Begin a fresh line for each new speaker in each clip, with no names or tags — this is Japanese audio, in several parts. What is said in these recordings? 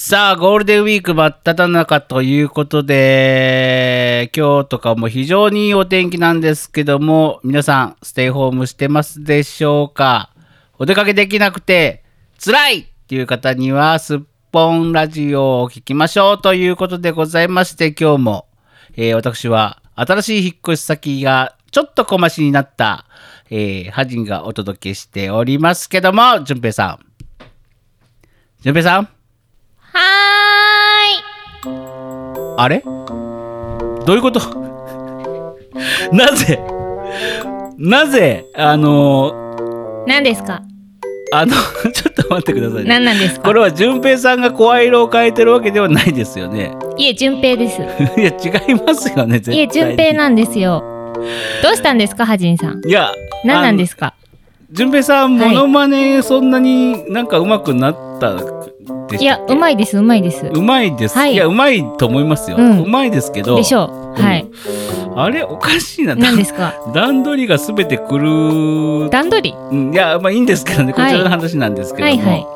さあ、ゴールデンウィーク真っ只中ということで、今日とかも非常にいいお天気なんですけども、皆さん、ステイホームしてますでしょうかお出かけできなくて、辛いっていう方には、すっぽんラジオを聞きましょうということでございまして、今日も、えー私は、新しい引っ越し先がちょっと小増しになった、えー、ハジンがお届けしておりますけども、淳平さん。淳平さん
は
あれどういうことなぜなぜあの
ーい。何ですか。
あの ちょっと待ってくださいね
何なんですか
こ。れは順平さんが声色を変えてるわけではないですよね
いえ、順平です。
いや違いますよね絶対
い
に
え、順平なんですよ。どうしたんですか、はじんさん。
いや
何なんですすか。
順平さん
は
モ
い
ノマネそんなになんか上手くなったで
い
し
や
た、
うまいです、うまいです。
うまいです、
はい
い、やうまいと思いますよ、う
うん
まいですけど
でしょう。 はい。
あれおかしいな
何ですか。
段取りが全て狂っ
段取り。
うんいやまあいいんですけどねこち
はい
らの話なんですけど
は
も、
いはい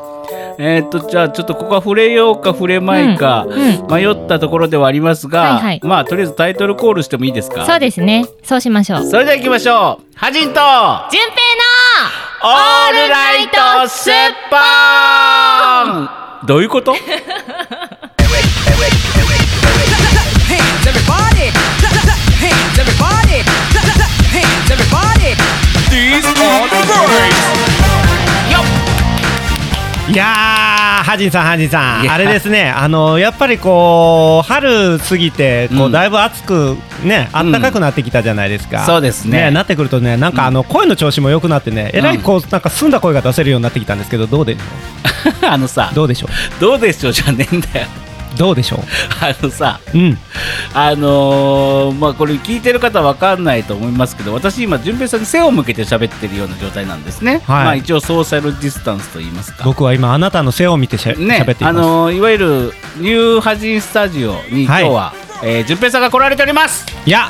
えーっとじゃあちょっとここは触れようか触れまいか、
うん
迷ったところではありますが、
はいはい
まあとりあえずタイトルコールしてもいいですか
そうですね。そうしましょう。
それでは行きましょうハジンと
順平の。
オールライトスッポンどういうこと
hands, everybody. Clap, clap, hands, everybody. Clap, clap, hands, everybody. These are the birds.
いやーハジンさんハジンさ
い
ん
や
あれですねあのやっぱりこう春過ぎてこう、
うん
だいぶ暑くね暖かくなってきたじゃないですか、
そうですね
なってくるとねなんかあの、声の調子も良くなってねえらいこうなんか澄んだ声が出せるようになってきたんですけどどうで
あのさ
どうでしょ
どうでしょうじゃねえんだよ
うどうでしょ
あのさ
ううん
あのーまあこれ聞いてる方わかんないと思いますけど私今順平さんに背を向けて喋ってるような状態なんですね、
はい
まあ一応ソーシャルディスタンスと言いますか
僕は今あなたの背を見てしゃ,、
ね
べっています、
あのーいわゆるニューハジンスタジオに今日は、えー順平さんが来られております
いや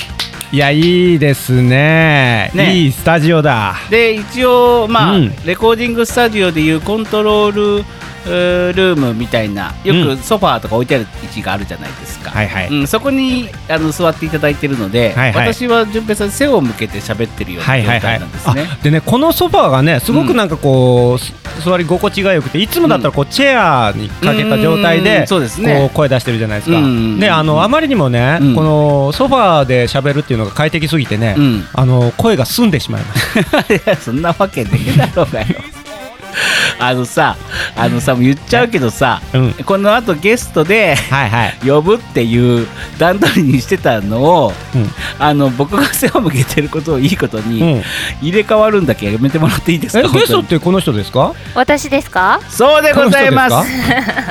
いやいいですね
ね
いいスタジオだ
で一応まあ、
うん
レコーディングスタジオでいうコントロールえールームみたいなよ
う
く
ん
ソファーとか置いてある位置があるじゃないですか、
はいはい、
うん、そこにあの座っていただいてるので、
はいはい
私は順平さんに背を向けて喋ってるよう
は
ない状
はいは
態
い
なんですね。
あでねこのソファーがねすごくなんかこう、す座り心地が良くていつもだったらこうチェアにかけた状態
う
で
んそうですね
こう声出してるじゃないですか、
うん
であのあまりにもね、
うん
このソファーで喋るっていうのが快適すぎてね、
うん
あの声が澄んでしまいまし
いや そんなわけねえだろうがよ。 あのさ、あのさ、もう言っちゃうけどさ、
た、うん、
この後ゲストで
はいはい、
呼ぶっていう段取りにしてたのを、
うん
あの僕が背を向けてることをいいことに、
え
入れ替わるんだけやめてもらっていいですか
ゲストっ
本当に
てこの人ですか
私ですか
そうでございま
この
す。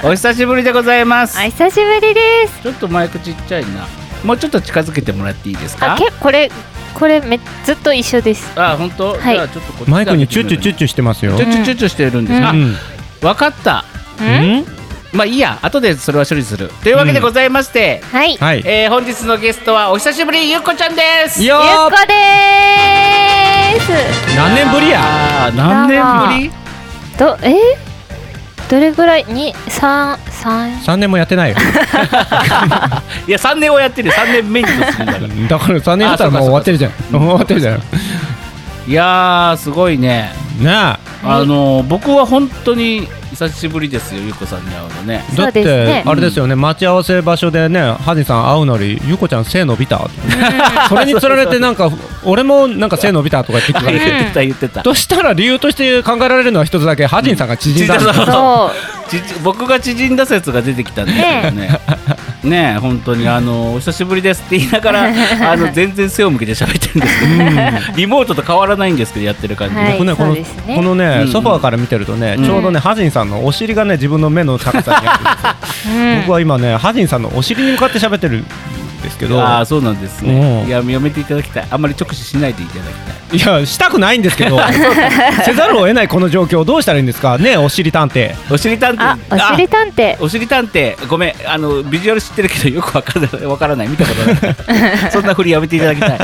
お久しぶりでございます。
あ久しぶりです
ちょっとマイクちっちゃいな。もうちょっと近づけてもらっていいですか
あけこれこれめずっと一緒です
あ、本当、
はい
じゃあちょっとこっち
マイクにチュッチュチュッチュしてますよ、
チュッチュチュッチュしてるんです
うん
が、
うん
あわかった。
ん
うん
まあいいや、後でそれは処理する。というわけでございまして、
はい、
はい
えー本日のゲストはお久しぶりゆっこちゃんです。
よ
ゆっ
ー
こで
何年ぶりや
や。何年ぶり？
ーすどえどれぐらいに三三
3年もやってないよ
いや三年をやってる三年目に突んだから。
だから3年やったらもう終わってるじゃんもう終わってるじゃんね
いやーすごいね。
え
あのー僕は本当に久しぶりですよゆっこさんに会うのね。
そ
だ
う
っ
です
て
ね
あれですよね、待ち合わせ場所でねハジさん会うなりゆうこちゃん背伸びた それにつられてなんか俺もなんか背伸びたとか言ってく
言
る
ってた言ってた。
としたら理由として考えられるのは一つだけハジンさんが縮んだん
縮
だ
んだぞ
そ
ちち僕が縮んだ説が出てきたんですよね。ねえ本当にあのお久しぶりですって言いなが らあの全然背を向けて喋ってるんですけど、リモートと変わらないんですけどやってる感じ。
はい
僕ねこ
そ
の
うですね
このね、
うん
ソファーから見てるとね、
うん
ちょうどねハジンさんのお尻がね自分の目の高さにあるんですよ
う、うん
僕は今ねハジンさんのお尻に向かって喋ってるんですけど
ああそうなんですね。
うん
いややめていただきたい。あんまり直視しないでいただきたい。
いやしたくないんですけどせざるを得ないこの状況どうしたらいいんですかねえお尻探偵
おしり探偵
あおしり探偵
おしり探偵ごめんあのビジュア ル知ってるけどよくわからないわからない見たことないそんなふりやめていただきたい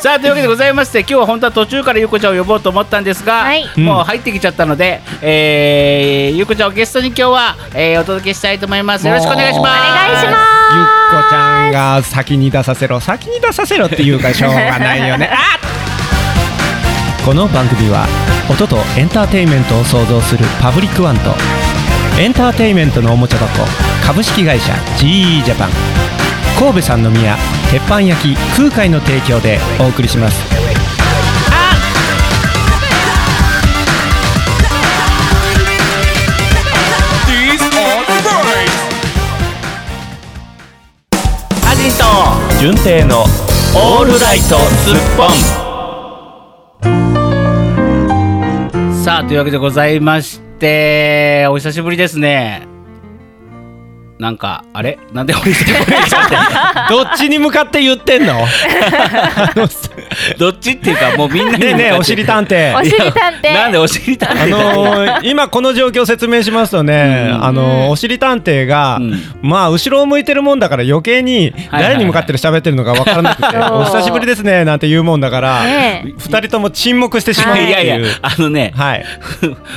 さあというわけでございまして今日は本当は途中からゆうこちゃんを呼ぼうと思ったんですが、
はい
もう入ってきちゃったので、えー、ゆうこちゃんをゲストに今日は、えーお届けしたいと思いますよろしくお願いしますお
願いしま
ゆっこちゃんが先に出させろ先に出させろっていうかしょうがないよねあっこの番組は音とエンターテインメントを創造するパブリックワンとエンターテインメントのおもちゃ箱株式会社 GE ジャパン神戸三宮鉄板焼き空海の提供でお送りします
はじんと
順帝の
オールライトスッポンさあというわけでございましてお久しぶりですねなんかあれなんで俺一人で来ちゃ って
どっちに向かって言ってんの
どっちっていうかもうみんなに向かっ
ねえ
て
ねえおしりたんて
おしりたんてい
なんでおしりたんて
あのー 今この状況を説明しますとね、
うん
あのーおしり探偵が、
うん
まあ後ろを向いてるもんだから余計に
はい
誰に向かってる喋ってるのか分からなくて、
そう
お久しぶりですねなんて言うもんだから、
ねえ
二人とも沈黙してしまうって
いやい
いう。
やあのね、
はい、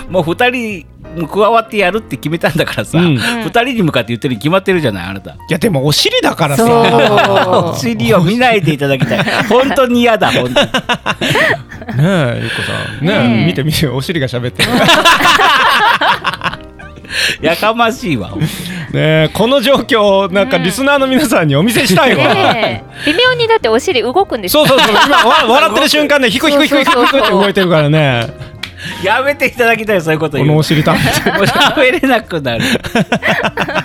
もう二人も加わってやるって決めたんだからさ、
う
二
ん
人に向かって言ってるに決まってるじゃないあなた。
いやでもお尻だからさ、
そ
お尻を見ないでいただきたい。本当に嫌だ。本当に
ねえゆっこさん、ねえ
ねえ
見て見てお尻が喋ってる。
やかましいわ。
ねえこの状況をなんかリスナーの皆さんにお見せしたいわ。
ねえ微妙にだってお尻動くんですよ
そうそうそう今 わ笑ってる瞬間ねひくひくひくひくひくって動いてるからね
やめていただきたいそういうこと
こ
言う。
の
も
お
う
尻 探偵。
喋れなくなる。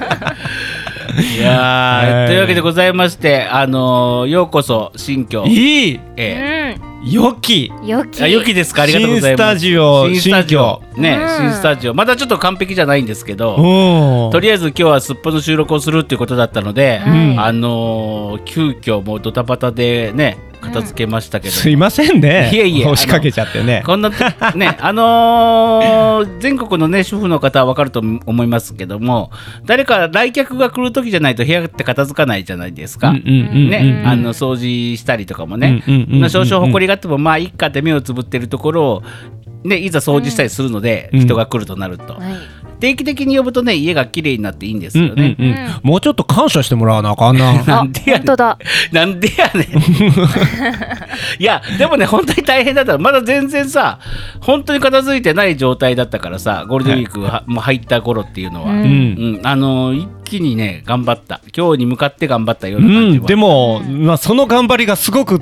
いやー、
はい
というわけでございまして、あのーようこそ新居。
いい
ええ
良き
よき
あ良きですかありがとうございます。
新スタジオ
新スタジオね、
うん
新スタジオまだちょっと完璧じゃないんですけど、
お
とりあえず今日はすっぽの収録をするっていうことだったので、
はい
あのー急遽もうドタバタでね片付けましたけど、
すいませんね
いえいえ
押しかけちゃってね
こんな ねあのー全国のね主婦の方はわかると思いますけども誰か来客が来る時じゃないと部屋って片付かないじゃないですか。ね、あの掃除したりとかもね、
うんうんうんうん
まあ少々埃があってもまあいっかって目をつぶってるところを、ね、いざ掃除したりするので、
うん
人が来るとなると、定期的に呼ぶとね家が綺麗になっていいんです
うん
よね。
うんうんもうちょっと感謝してもらわなあかんな
な
あ
んでやね
本
ん
当だ
なんでやねん いやでもね本当に大変だったまだ全然さ本当に片付いてない状態だったからさゴールデンウィークはもう入った頃っていうのは、う
うん
うんん
あの一気にね頑張った今日に向かって頑張ったよう
う
な感じは、
んでもまあその頑張りがすごく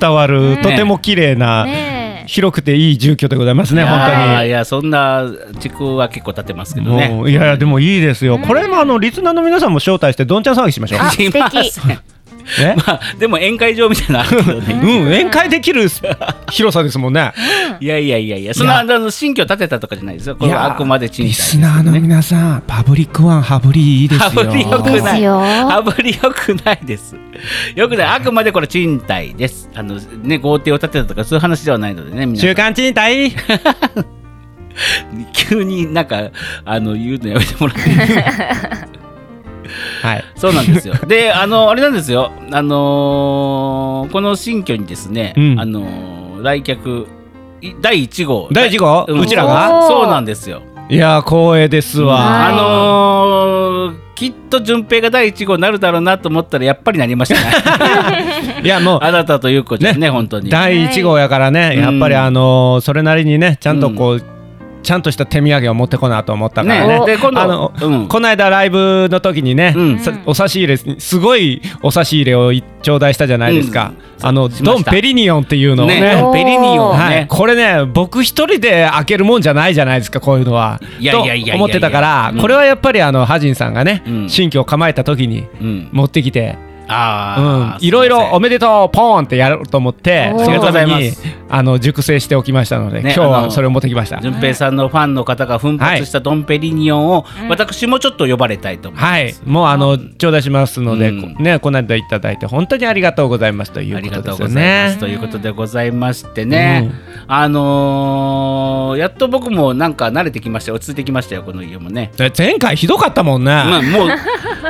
伝わるとても綺麗な
ね
広くていい住居でございますね
い
本
や
当
い
に
やそんな地区は結構立てますけどね
もういやいやでもいいですよこれもあのリスナーの皆さんも招待してどんちゃん騒ぎしましょう
あ
しません
ね
まあ でも宴会場みたいなのあるけど
う
ね
ん宴会できる広さですもんね
いやいやいやいやそんなあの新居建てたとかじゃないですよこれはあくまで賃
リ
貸
スナーの皆さんパブリックワン羽振りいいですよ
羽振りよ
え
く
ですよ
あぶり良くないです。良くない。あくまでこれ賃貸です。あのね豪邸を建てたとかそういう話ではないのでね。皆さ
週
ん
刊賃貸
急になんかあの言うのやめてもらって。
はい
そうなんですよ。で、あのあれなんですよ。あのーこの新居にですね、
うん
あのー来客い 第1号。
第一号
ん
うちら
お
が
ー
そうなんですよ。
いやー光栄です
はい
あ
わ
のーきっと順平が第1号になるだろうなと思ったらやっぱりなりま したね。
いやもう
あなたとゆうこちゃんね本当に。
第一号やからねやっぱり
うん
あのーそれなりにねちゃんとこうちゃんとした手土産を持ってこなと思ったから
ね
ね
で今度
あの
うん
この間ライブの時にね
うん
さお差し入れすごいお差し入れをい頂戴したじゃないですか
うん
あの
しま
ド
し
ン
た
ペリニオンっていうのを
ね
ね
ペリニオン
はい、
ね。
これね僕一人で開けるもんじゃないじゃないですかこういうのは。
いやいやいやいやいや
と思ってたから、
うん
これはやっぱりあのハジンさんがね、
うん
新居を構えた時に
うん。
持ってきて、うん
ああ、、
いろいろお
め
めでとうポーンってやろうと思って
おー
その
ありがとう
ため
ござい
に
ます
あの熟成しておきましたので、
ね
今日
あ
は
の
それを持ってきました。
順平さんのファンの方が奮発したドンペリニオンを、私もちょっと呼ばれたいと思います。
はい、もうあの頂戴しますので、
うん
こねこの間いただいて本当にありがとうございますという
あ
こ
り
と
が
で
とうご
すよ
ざいま
ね
す。ということでございましてね、あのーやっと僕もなんか慣れてきましたよ落ち着いてきましたよこの家もね。
え前回ひどかったもんね。
まあもう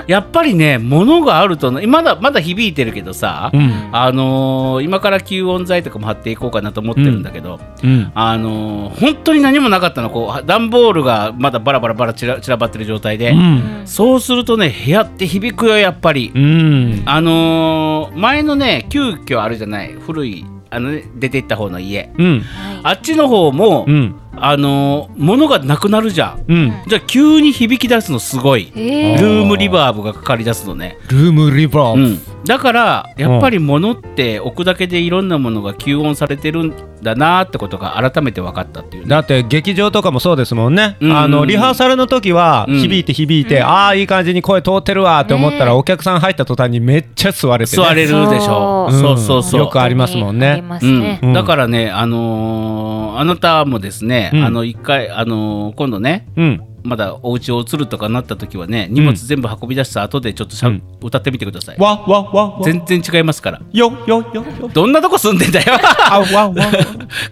やっぱりね物があると今だまだ響いてるけどさ、
うん
あのー今から吸音材とかも貼っていこうかなと思ってるんだけど、
うん
あのー本当に何もなかったのこう段ボールがまだバラバラバラ散ら散らばってる状態で、
うん
そうするとね部屋って響くよやっぱり、
うん
あのー前のね急遽あるじゃない古いあの、ね、出て行った方の家
うん
あっちの方も、
うん
あのー物がなくなるじゃん
うん
じゃあ急に響き出すのすごい
え
ルームリバーブがかかり出すのね、
ルームリバ
う
ー
ん、だからやっぱり物って置くだけでいろんなものが吸音されてるんだなってことが改めて分かったっていうね
だって劇場とかもそうですもんね、
うん
あのリハーサルの時は
うん
響いて響いて、ああいい感じに声通ってるわって思ったら、
ねえ
お客さん入った途端にめっちゃ座れて、ね、
座れるでしょ
そ
そ
う
うそうそう
よくありますもんね
ありますね。
うん
うん
だからね、あのーあなたもですね、
うん
あの一回、あのー今度ね
うん
まだお家を移るとかなった時はね荷物全部運び出した後でちょっとしゃ、
うん
歌ってみてください
わわわわ
全然違いますから
よよよよ
どんなとこ住んでんだよ
あわわあ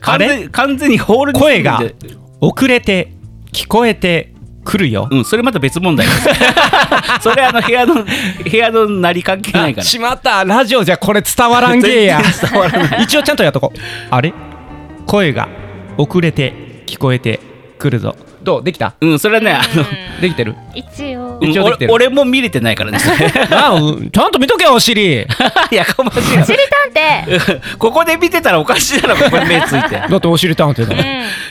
完全
れ
に完全にホールに住んでん
声が
で
遅れて聞こえてくるよ、
うん、それまた別問 題ですそれあの部屋の部屋のなり関係ないから
しまったラジオじゃこれ伝わらんげーや一応ちゃんとやっとこうあれ声が遅れて聞こえてくるぞどうできた
うん、それはね、あの、
できてる
一応
うん
一応できて
俺
る
俺も見れてない からね。
あうんちゃんと見とけよお 尻だ
いやかましいな
知りたんて。
ここで見てたらおかしいだろ、ここに目ついて。
ってお尻たんってだも
い
ん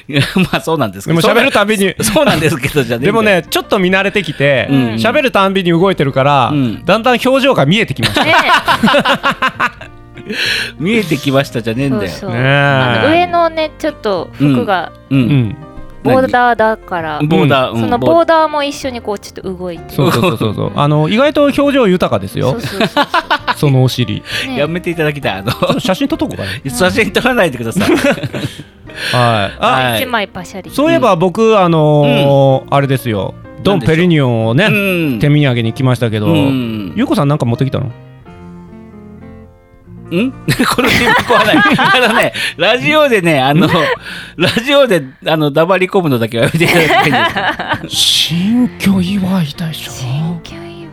やまあそうなんですけ
で
ど。
も喋るたびに
そうなんですけど、じゃねえんだよ
でも、ねちょっと見慣れてきて
うん
喋、るたんびに動いてるから、
うん
だんだん表情が見えてきました
ね。
見えてきましたじゃねえん
そう
だよ。
そう。あの
ね
上のねちょっと服が
う。
えうんん
ボーダーだから、
何ボーダー、うん
そのボーダーも一緒にこうちょっと動いて。
そうそうそうそうそうあの意外と表情豊かです
そ
よ
うそうそう
そのお尻ち
そう。
や
ね
めていただきたい。あの、
ょっと写真撮っとこうかな
写真撮らないでください。
はいあ
は
一
い。
枚パシャリ。
そういえば僕あのーあれですよドン・ペリニオンをね
うん
手土産に来ましたけど
うん
ゆうこさんなんか持ってきたの
ん この人聞こえない。あのね、ラジオでね、あの、ラジオで、あの、黙り込むのだけはやめていただきたいんです。
新居祝いでしょ
新居祝い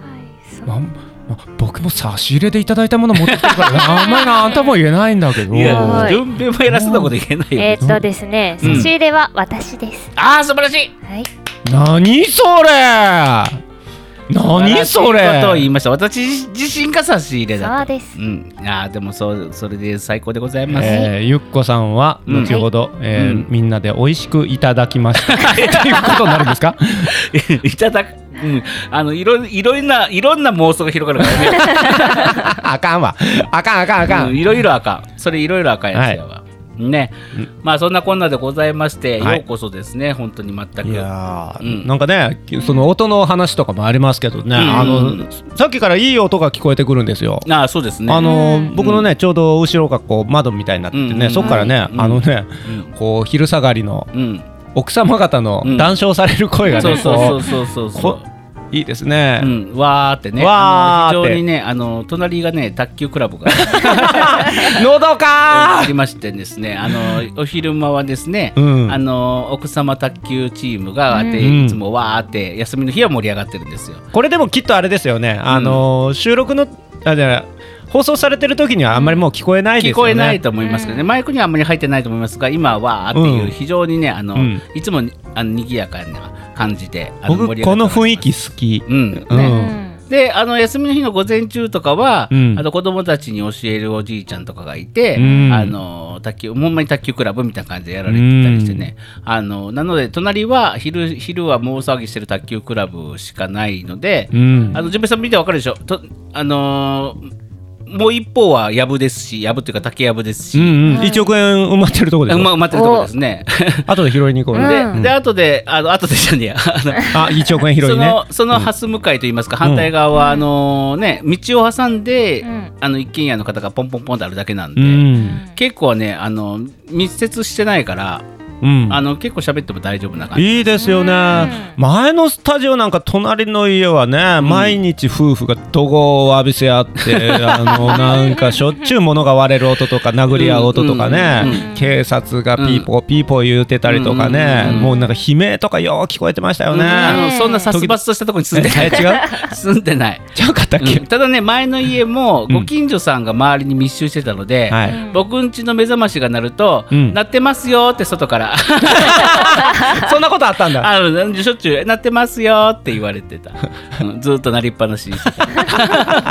そう
まま僕も差し入れでいただいたもの持ってきてるから あんまりあんたも言えないんだけど
いや、
はい
順平もやらせたこといけないよ。
えーっとですね、
うん
差し入れは私です。
ああ、素晴らしい。
はい。
何それ何そ
素晴らしいことを言い
れ
ました。私自身が差し入れだと。
そうです
うん、ああ、でも、そう、それで最高でございます。
えーゆっこさんは
うん
後ほど、えー
うん
みんなで美味しくいただきました っていうことになるんですか
いただく、うん、あの、いろ、いろんな、いろんな妄想が広がるからね。
あかんわあかんあかんあかん、
うんいろいろあかん。それいろいろあかんやつやわ。ね、まあそんなこんなでございまして、
はい
ようこそですね本当に全く
いやー
うん
なんかねその音の話とかもありますけどね、
ん
あのさっきからいい音が聞こえてくるんですよ。
ああそうですね
あの
うん
僕のねちょうど後ろがこう窓みたいになっててね、
うん
そこからね、
うん
あのね、
うん
こう昼下がりの
うん
奥様方の
うん
談笑される声が
そ
ね、
うそう
こ
そうそうそうそう
こいいですね
う。ん、わーってね
わー
あの
って
非常にねあの隣がね卓球クラブが
のどか
あ
ー
りましてですねあのお昼間はですね、
うん
あの奥様卓球チームがあって、
うん
いつもわーって休みの日は盛り上がってるんですよ。
これでもきっとあれですよね。あのー収録のあじゃない放送されてる時にはあんまりもう聞こえない
聞
ですよね。
こえないと思いますけどね、マイクにはあんまり入ってないと思いますが今はわーって
う
い
ん
う非常にねあの、
うん
いつもにあの賑やかな感じであ盛
僕
り上が
こ
ってま
の
す
雰囲気好き。
うんね
うん
うん。
であの休みの日の午前中とかは、
うん
あの子供たちに教えるおじいちゃんとかがいて、
うん
あの卓球ほんまに卓球クラブみたいな感じでやられてたりしてね、あのなので隣は昼昼はもう騒ぎしてる卓球クラブしかないので、
うん
あのジュンペイさん見てわかるでしょとあのーもう一方はやぶですしやぶっていうか竹やぶですし、
う
うん
うん、1億円埋まってるとこでしょ、
ま埋まってるところですね。
後で拾いに行こ う
で、
ね、
で後であの後でじゃねえや。あの
あ1億円拾い
そ
にね
のその蓮向かいといいますか、反対側はあのね道を挟んで、
うん
あの一軒家の方がポンポンポンとあるだけなん
う
で、
ん
結構ねあの密接してないから
うん
あの結構喋っても大丈夫な感じ。
いいですよね、前のスタジオなんか隣の家はね、毎日夫婦が怒号を浴びせ合って あのなんかしょっちゅう物が割れる音とか殴り合う音とかね、
うん
警察がピーポーピーポー言うてたりとかね、
うん
もうなんか悲鳴とかよう聞こえてましたよ
うんあ
ね、
のそんな殺伐としたところに住んでな い。
え違う
住んで ない。
ちゃうかったっけ、
うんただね前の家も
うん
ご近所さんが周りに密集してたので、
はい
僕ん家の目覚ましが鳴ると、
うん
鳴ってますよって外から
そんなことあったんだ
あのしょっちゅう鳴ってますよって言われて た、うんずっと鳴りっぱなしにしてた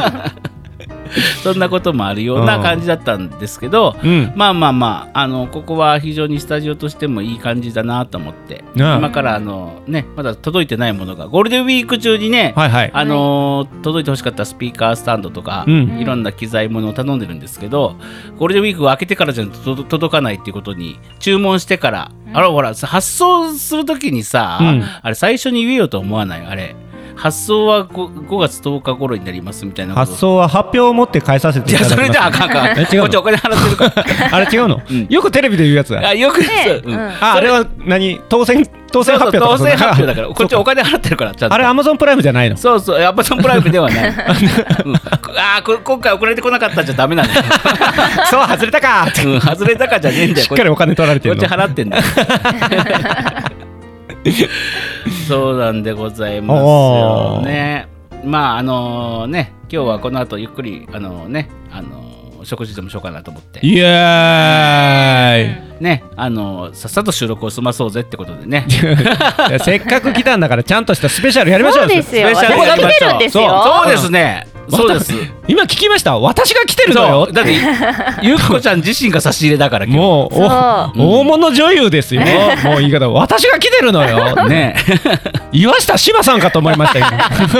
そんなこともあるような感じだったんですけど、
うん
まあまあまああのここは非常にスタジオとしてもいい感じだなと思って、
ああ
今からあのねまだ届いてないものがゴールデンウィーク中にね、
はいはい
あのー届いてほしかったスピーカースタンドとか、
うん
いろんな機材ものを頼んでるんですけどゴールデンウィークが明けてからじゃとと届かないっていうことに注文してから、あらほら発送する時にさ、
うん
あれ最初に言えよと思わないあれ発送は 5, 5月10日頃になりますみたいなこと
発想は発表を持って返させて
い
い
や
ただき
そ
ま
れ
し
じゃ
た
あかんあかん
え違
こっ
うの
ちお金払ってるから
あれ違うの、
うん
よくテレビで言うやつだ
あよく、そううん
ああれは何当選当選
そう
発
そう当
表とかそんな
選発表だからこっちお金払ってるからちゃんと
あれアマゾンプライムじゃないの
そうそうやっぱそのプライムではない、 うんああ今回送られてこなかったんじゃダメなんだよ、
そう外れた かって
うん、外れたかじゃねえんだよ
しっかりお金取られて
こっ
る
ち
の
払ってんだよそうなんでございますよねまああのね今日はこの後ゆっくりあのねあの食事でもしようかなと思って
イエ
ねあのさっさと収録を済まそうぜってことでねス
ーイいやせっかく来たんだからちゃんとしたスペシャルやりましょ
そううですよ。
ペシャ
私
ルや
来
りま
て
しょ
るんですよ。
そうですねそうです
今聞きました私が来てるの
そ
よ
うだってゆっこちゃん自身が差し入れだから今日
もうお
そう
大物女優で すよ、もう言い方私が来てるのよ、ね、
ね
岩下志麻さんかと思いました今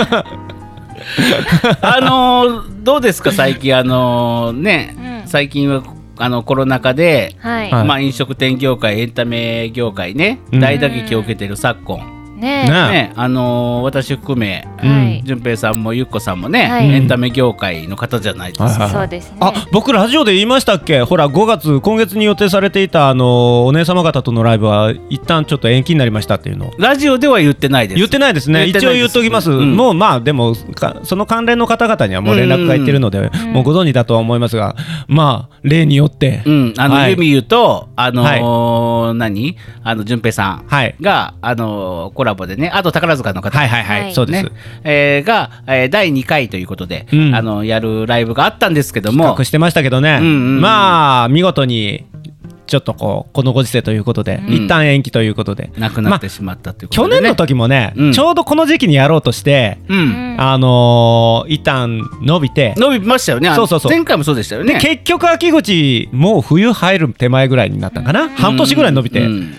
あのーどうですか最近あのーね、
うん
最近はあのコロナ禍で、
はい。
はい
まあ、飲食店業界エンタメ業界ね、
うん
大打撃を受けてる昨今、
ねえ。
ね
ねあのー私含め
はい。
淳平さんもゆっこさんもね、
はい
エンタメ業界の方じゃないですか、
はいはい
そうですね。
あ僕ラジオで言いましたっけほら5月今月に予定されていたあのお姉様方とのライブは一旦ちょっと延期になりましたっていうのを
ラジオでは言ってないです
言ってないですね
言って
一
な
応
いです
言っときます、
うん
もうまあでもかその関連の方々にはもう連絡がいってるので、もうご存知だとは思いますがまあ例によって、
うんあの、
はい
ユミユとあのー何あの淳平さん
はい
が、あのーコラボでねあと宝塚の方
はいはいはい、
はい
そうです、
ねえーが、えー第2回ということで、
うん
あのやるライブがあったんですけども
隠してましたけどね、
うんうんうん
まあ見事にちょっとこうこのご時世ということで、
ん
一旦延期ということで
なくなってしまったということ
去
で、ね
年の時もね、
うん
ちょうどこの時期にやろうとして、
うん、
あのー、一旦伸びて、
伸びましたよねあの
そうそうそう
前回もそうでしたよね
結局秋口もう冬入る手前ぐらいになったんかな、半年ぐらい伸びて、
うん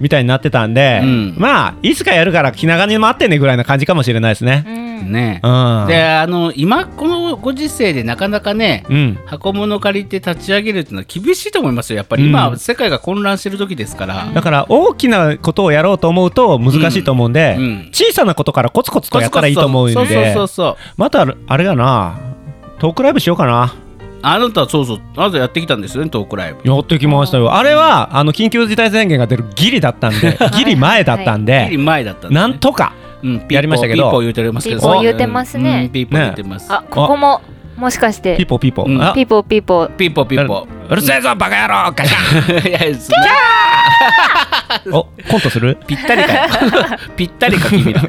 みたいになってたんで、
うん
まあいつかやるから気長に待ってねぐらいな感じかもしれないですね。
うん。
ね
うん、
であの今このご時世でなかなかね、
うん
箱物借りて立ち上げるっていうのは厳しいと思いますよやっぱり今、
うん
世界が混乱してる時ですから、
だから大きなことをやろうと思うと難しいと思うんで、
うんうん
小さなことからコツコツとやったらいいと思うん
そうそう
で
そうそう
またあれだなトークライブしようかな
あなたはそうそうあなたやってきたんですよねトークライブ
やってきましたよあれはあの緊急事態宣言が出るギリだったん でギリ前だったん
ギリ
で、
前だったんで
なんとか
うん、ピーポー
やりましたけど
ピーポー言うてますけど。
ピーポー言うてますね
うんピーポー言うてます。
あ、ここももしかして
ピーポーピーポー、
うん
あ
ピーポーピーポー。
ピーポーピーポ
うるせえぞバカ野郎ガシャ
ー。い やいやそんな
ンおコントする
ぴったりかよ。 ぴったりか君ら。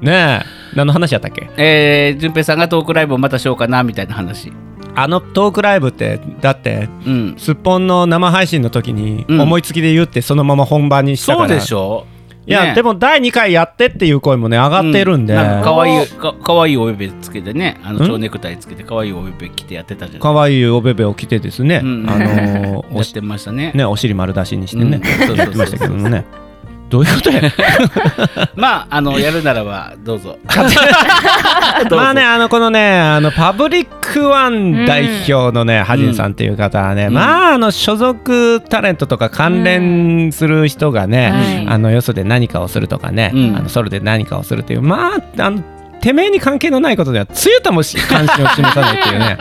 ねえ何の話やったっけ
えー、順平さんがトークライブをまたしようかなみたいな話。
あのトークライブってだって
うん。
すっぽんの生配信の時に
うん
思いつきで言ってそのまま本番にしたか
そ
ら、
うでしょ
いや、
ね
でも第2回やってっていう声もね上がってるんで、
う
可
な
愛
かかわいいか
か
かわいいおべべつけてねあ
う
の
ん
蝶ネクタイつけてかわいいおべべ着てやってたじゃない
わいいおべべを着てですね、
うん
あのー
や
お
っ
して
ましたね
ねお尻丸出しにしてね、
うん
やってましたけどもねどういうことや
まああのやるならばどう ぞどうぞ
まあねあのこのねあのパブリックワン代表のね、ハジンさんっていう方はね、
うん
まああの所属タレントとか関連する人がね、
はい
あのよそで何かをするとかね、
うん
あのソロで何かをするっていう まああのてめえに関係のないことではつゆともし関心を示さないっていうね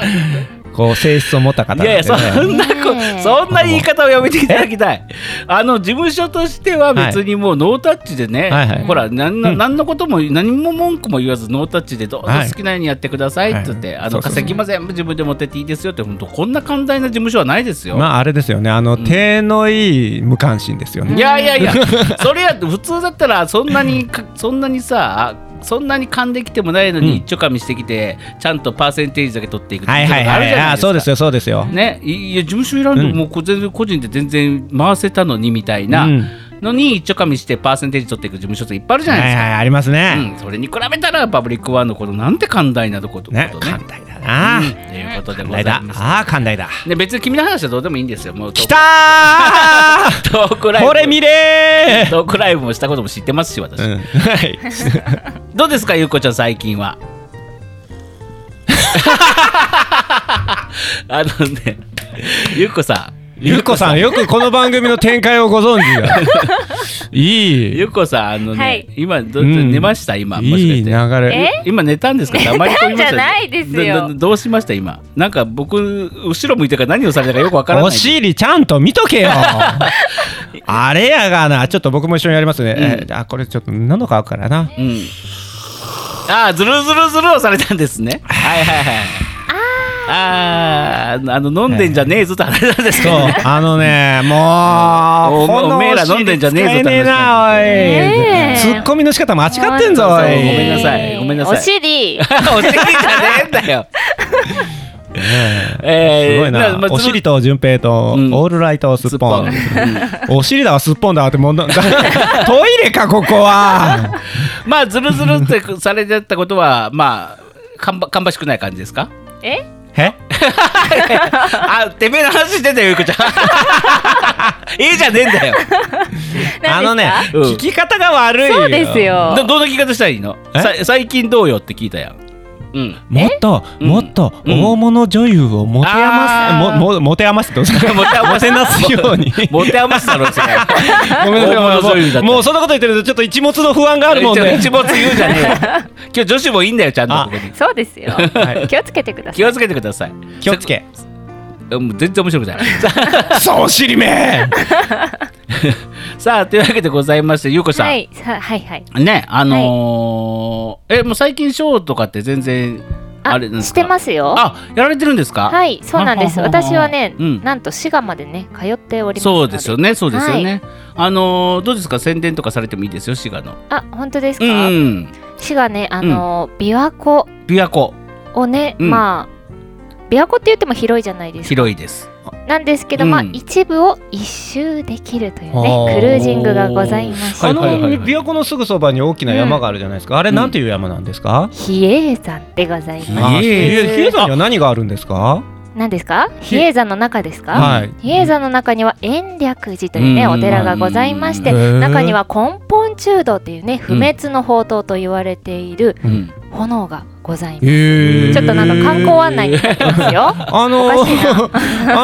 こう性質を持った方なん
いやい
で
やそ
ね
んなこ
ねえ
そんな言い方をやめていただきたいあの事務所としては別にもうノータッチでね、
はいはい
ほらなん
うん
何のことも何も文句も言わずノータッチでどうぞ
はい
好きなようにやってくださいって言って、
はい
あ
そ
の
う
化
そうそう
石も全部自分で持ってっていいですよって本当こんな寛大な事務所はないですよ、
まああれですよねあの、
ん
手のいい無関心ですよね
いやいや いやそれや普通だったらそんなにかそんなにさそんなに噛んできてもないの
うん
に一丁噛みしてきて、ちゃんとパーセンテージだけ取っていくって
はいいう
の
はい
があ
は
る
い
じゃない
あ
ですか
そうですよそうですよ、
ね、いいや事務所いらんでも
うん
もうこう全然個人で全然回せたのにみたいな
うん
のに一丁噛みしてパーセンテージ取っていく事務所っていっぱいあるじゃ
は
ない
い
ですか、
はいありますね、
うん、それに比べたらパブリックワンのことなんて寛大なとこと
ね
ことね
寛大だな、
うんということで
寛
ござ
大
い
だ
ます
ああ寛大だ
ね別に君の話はどうでもいいんですよもう
きたー
トークライブ
これ見れー
トークライブもしたことも知ってますし私、
うんはい
どうですかゆうこちゃん最近 はあのねゆうこさん
ゆっこさんよくこの番組の展開をご存知 がいい
ゆうこさんあのね、
はい
今ど、
うん
寝ました今もしかして
いい流れ
え
今寝たん ですか黙り込みました
寝たんじゃないですよ
どどどうしました今なんか僕後ろ向いてから何をされたかよくわからない
お尻ちゃんと見と けよあれやがなちょっと僕も一緒にやりますね、えーあこれちょっと何のか合うからな
うんああずるずるずるをされたんですねはいはいはいあーあの飲んでんじゃねえぞって話なんですけ
そう
ど、ね、
あ のねもう
お
この
おめえら飲んでんじゃねえぞ
お尻使えねえなおい、
ねえ
ツッコミの仕方間違ってんぞおい
ごめんなさいごめんなさい
お 尻
お尻じゃねえんだよ
ねえ
えー
すごいな、
まあ
お尻と順平と、
うん
オールライトすっぽん
すっ
お尻だわすっぽんだわってもうな トイレかこ こは
まあずるずるってされてたことはまあかんばかんばしくない感じですか
え
え
あてめえの話してたよゆうこちゃん いいじゃねえんだよ
あのね、
うん
聞き方が悪いよ
そうですよ
どどんな聞き方したらいいの
え
さ最近どうよって聞いたやん うん
もっと
うん
もっと
うん
大物女優を持て
あ
余
ー
すもも持て余すって どうですか
持て余
持てなすよう に
持て余すだろそれ
ごめんなさい
大物
も
女優だっ
う
た
もうそんなこと言ってるとちょっと一物の不安があるもんね
一応一没言うじゃねえよ今日女子もいいんだよちゃんと
あ
ここに
そうですよ
は い
気をつけてください
気をつけてください
気を つけ
せうん全然面白くない
そうお尻め
さあというわけでございましてゆうこさん、
はいさはいはい
ねあのーえもう最近ショーとかって全然あ
あ
れなんです
し
か
てますよ
あやられてるんですか
はいそうなんです
はははは
私はね
うん
なんと滋賀までね通っておりますの
そうですよねそうですよね、あのーどうですか宣伝とかされてもいいですよ滋賀の
あ本当です
う
か
ん
滋賀ねあの琵琶湖
琵琶湖
をね
うん
まあ琵琶湖って言っても広いじゃないですか
広いです
なんですけど、まあ
うん
一部を一周できるという
ほう
ねクルージングがございまし
あ
て
の
はいはいはい
琵琶湖のすぐそばに大きな山があるじゃないですかあれなんていう山なんですか
比叡山でござい
うん
ま
あ
比叡
比叡山には何があるんですか
す何ですか比叡山の中ですか、
はい
比叡山の中には延暦寺というね
うん
お寺がございまして
へー
中には根本中道というね不滅の宝刀と言われている
うん
炎がございます、
へえ
ちょっとなんか観光案内になってますよ
あの
おかしい
あ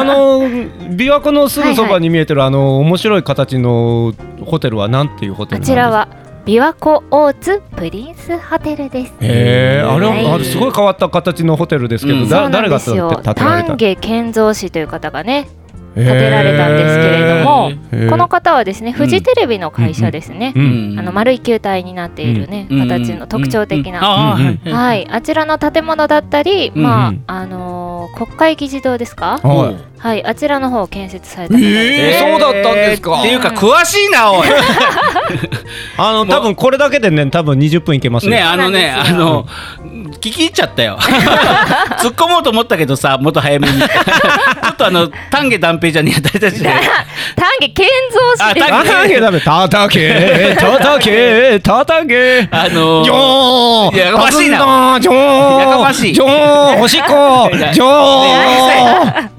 の琵琶湖のすぐそばに見えてるあの面白い形のホテルはなんていうホ
こ
テルなんです
ち
から
は琵琶湖大津プリンスホテルです
へえ、あれは、
はい
あれすごい変わった形のホテルですけど、
うん
だ
そうな
誰
ん
が
です
建て
よ
建てられた
丹下健三氏という方がね
建
建てられたんですけれども、
へー
この方はですねフジテレビの会社ですね、
う、
うんん
あの丸い球体になっているね、形の特徴的な、
な
うん
はいい、あちらの建物だったり、
うん
ま
う
あ
ん
あのー国会議事堂ですか、
はい
はい、あちらの方を建設されたみたい
え
です
ーそうだったんですか
っていうか詳しいなおい
あの多分これだけでね多分20分いけます
ねあのねあ
そう
の聞き入っちゃったよ 突っ込もうと思ったけどさもっと早めにちょっとあの丹下断平じゃねえや誰だ しね
丹下健三氏で
あ
す
丹
叩けダメ叩け叩け叩け
あのー
ジョーン
いややかましいな
弾んだジョーン
やかましい
ジョーンおしっこ
いや
ジョーン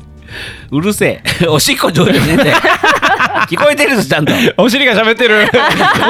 うるせえおしっこ上手ねえんだよ聞こえてるぞちゃんと
お尻が喋ってる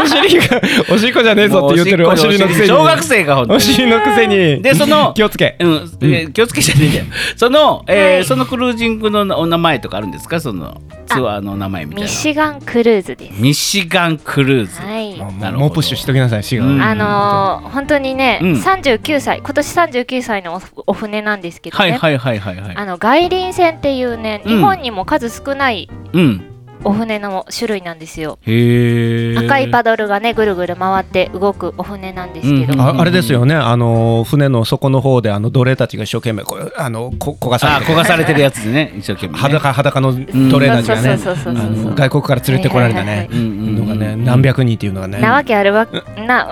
お尻がおしっこじゃねえぞって言ってる
もう
お
おしっこ
尻のくせに
小学生がほんとに
お尻のくせに
でその
気をつけ
うん、えー気をつけちゃっていいんだよ。その、えーそのクルージングのお名前とかあるんですか、そのツアーのお名前みたい
ミ
な。
シガンクルーズです。
ミシガンクルーズ。
はい。
もう
なるほど
もうプッシュしときなさいシガ
うん
あのー、本当にね、
うん
39歳、今年39歳のおお船なんですけど
はい
ね、
はいはいはいはい。
あの外輪船っていうね、
うん
日本にも数少ない
うん。
お船の種類なんですよ。
へえ。
赤いパドルがね、ぐるぐる回って動くお船なんですけど、
うん
ああれですよね、あの船の底の方であの奴隷たちが一生懸命こうあのこ焦がさ
あ
れて
焦がされてるやつでね、 一生懸命、ね。。
裸裸の奴隷たちがね
そうそうそうそうそう
あの外国から連れてこられたね
はいはいはい
うんうんうん
のがね何百人っていうのがね
なわけあるわな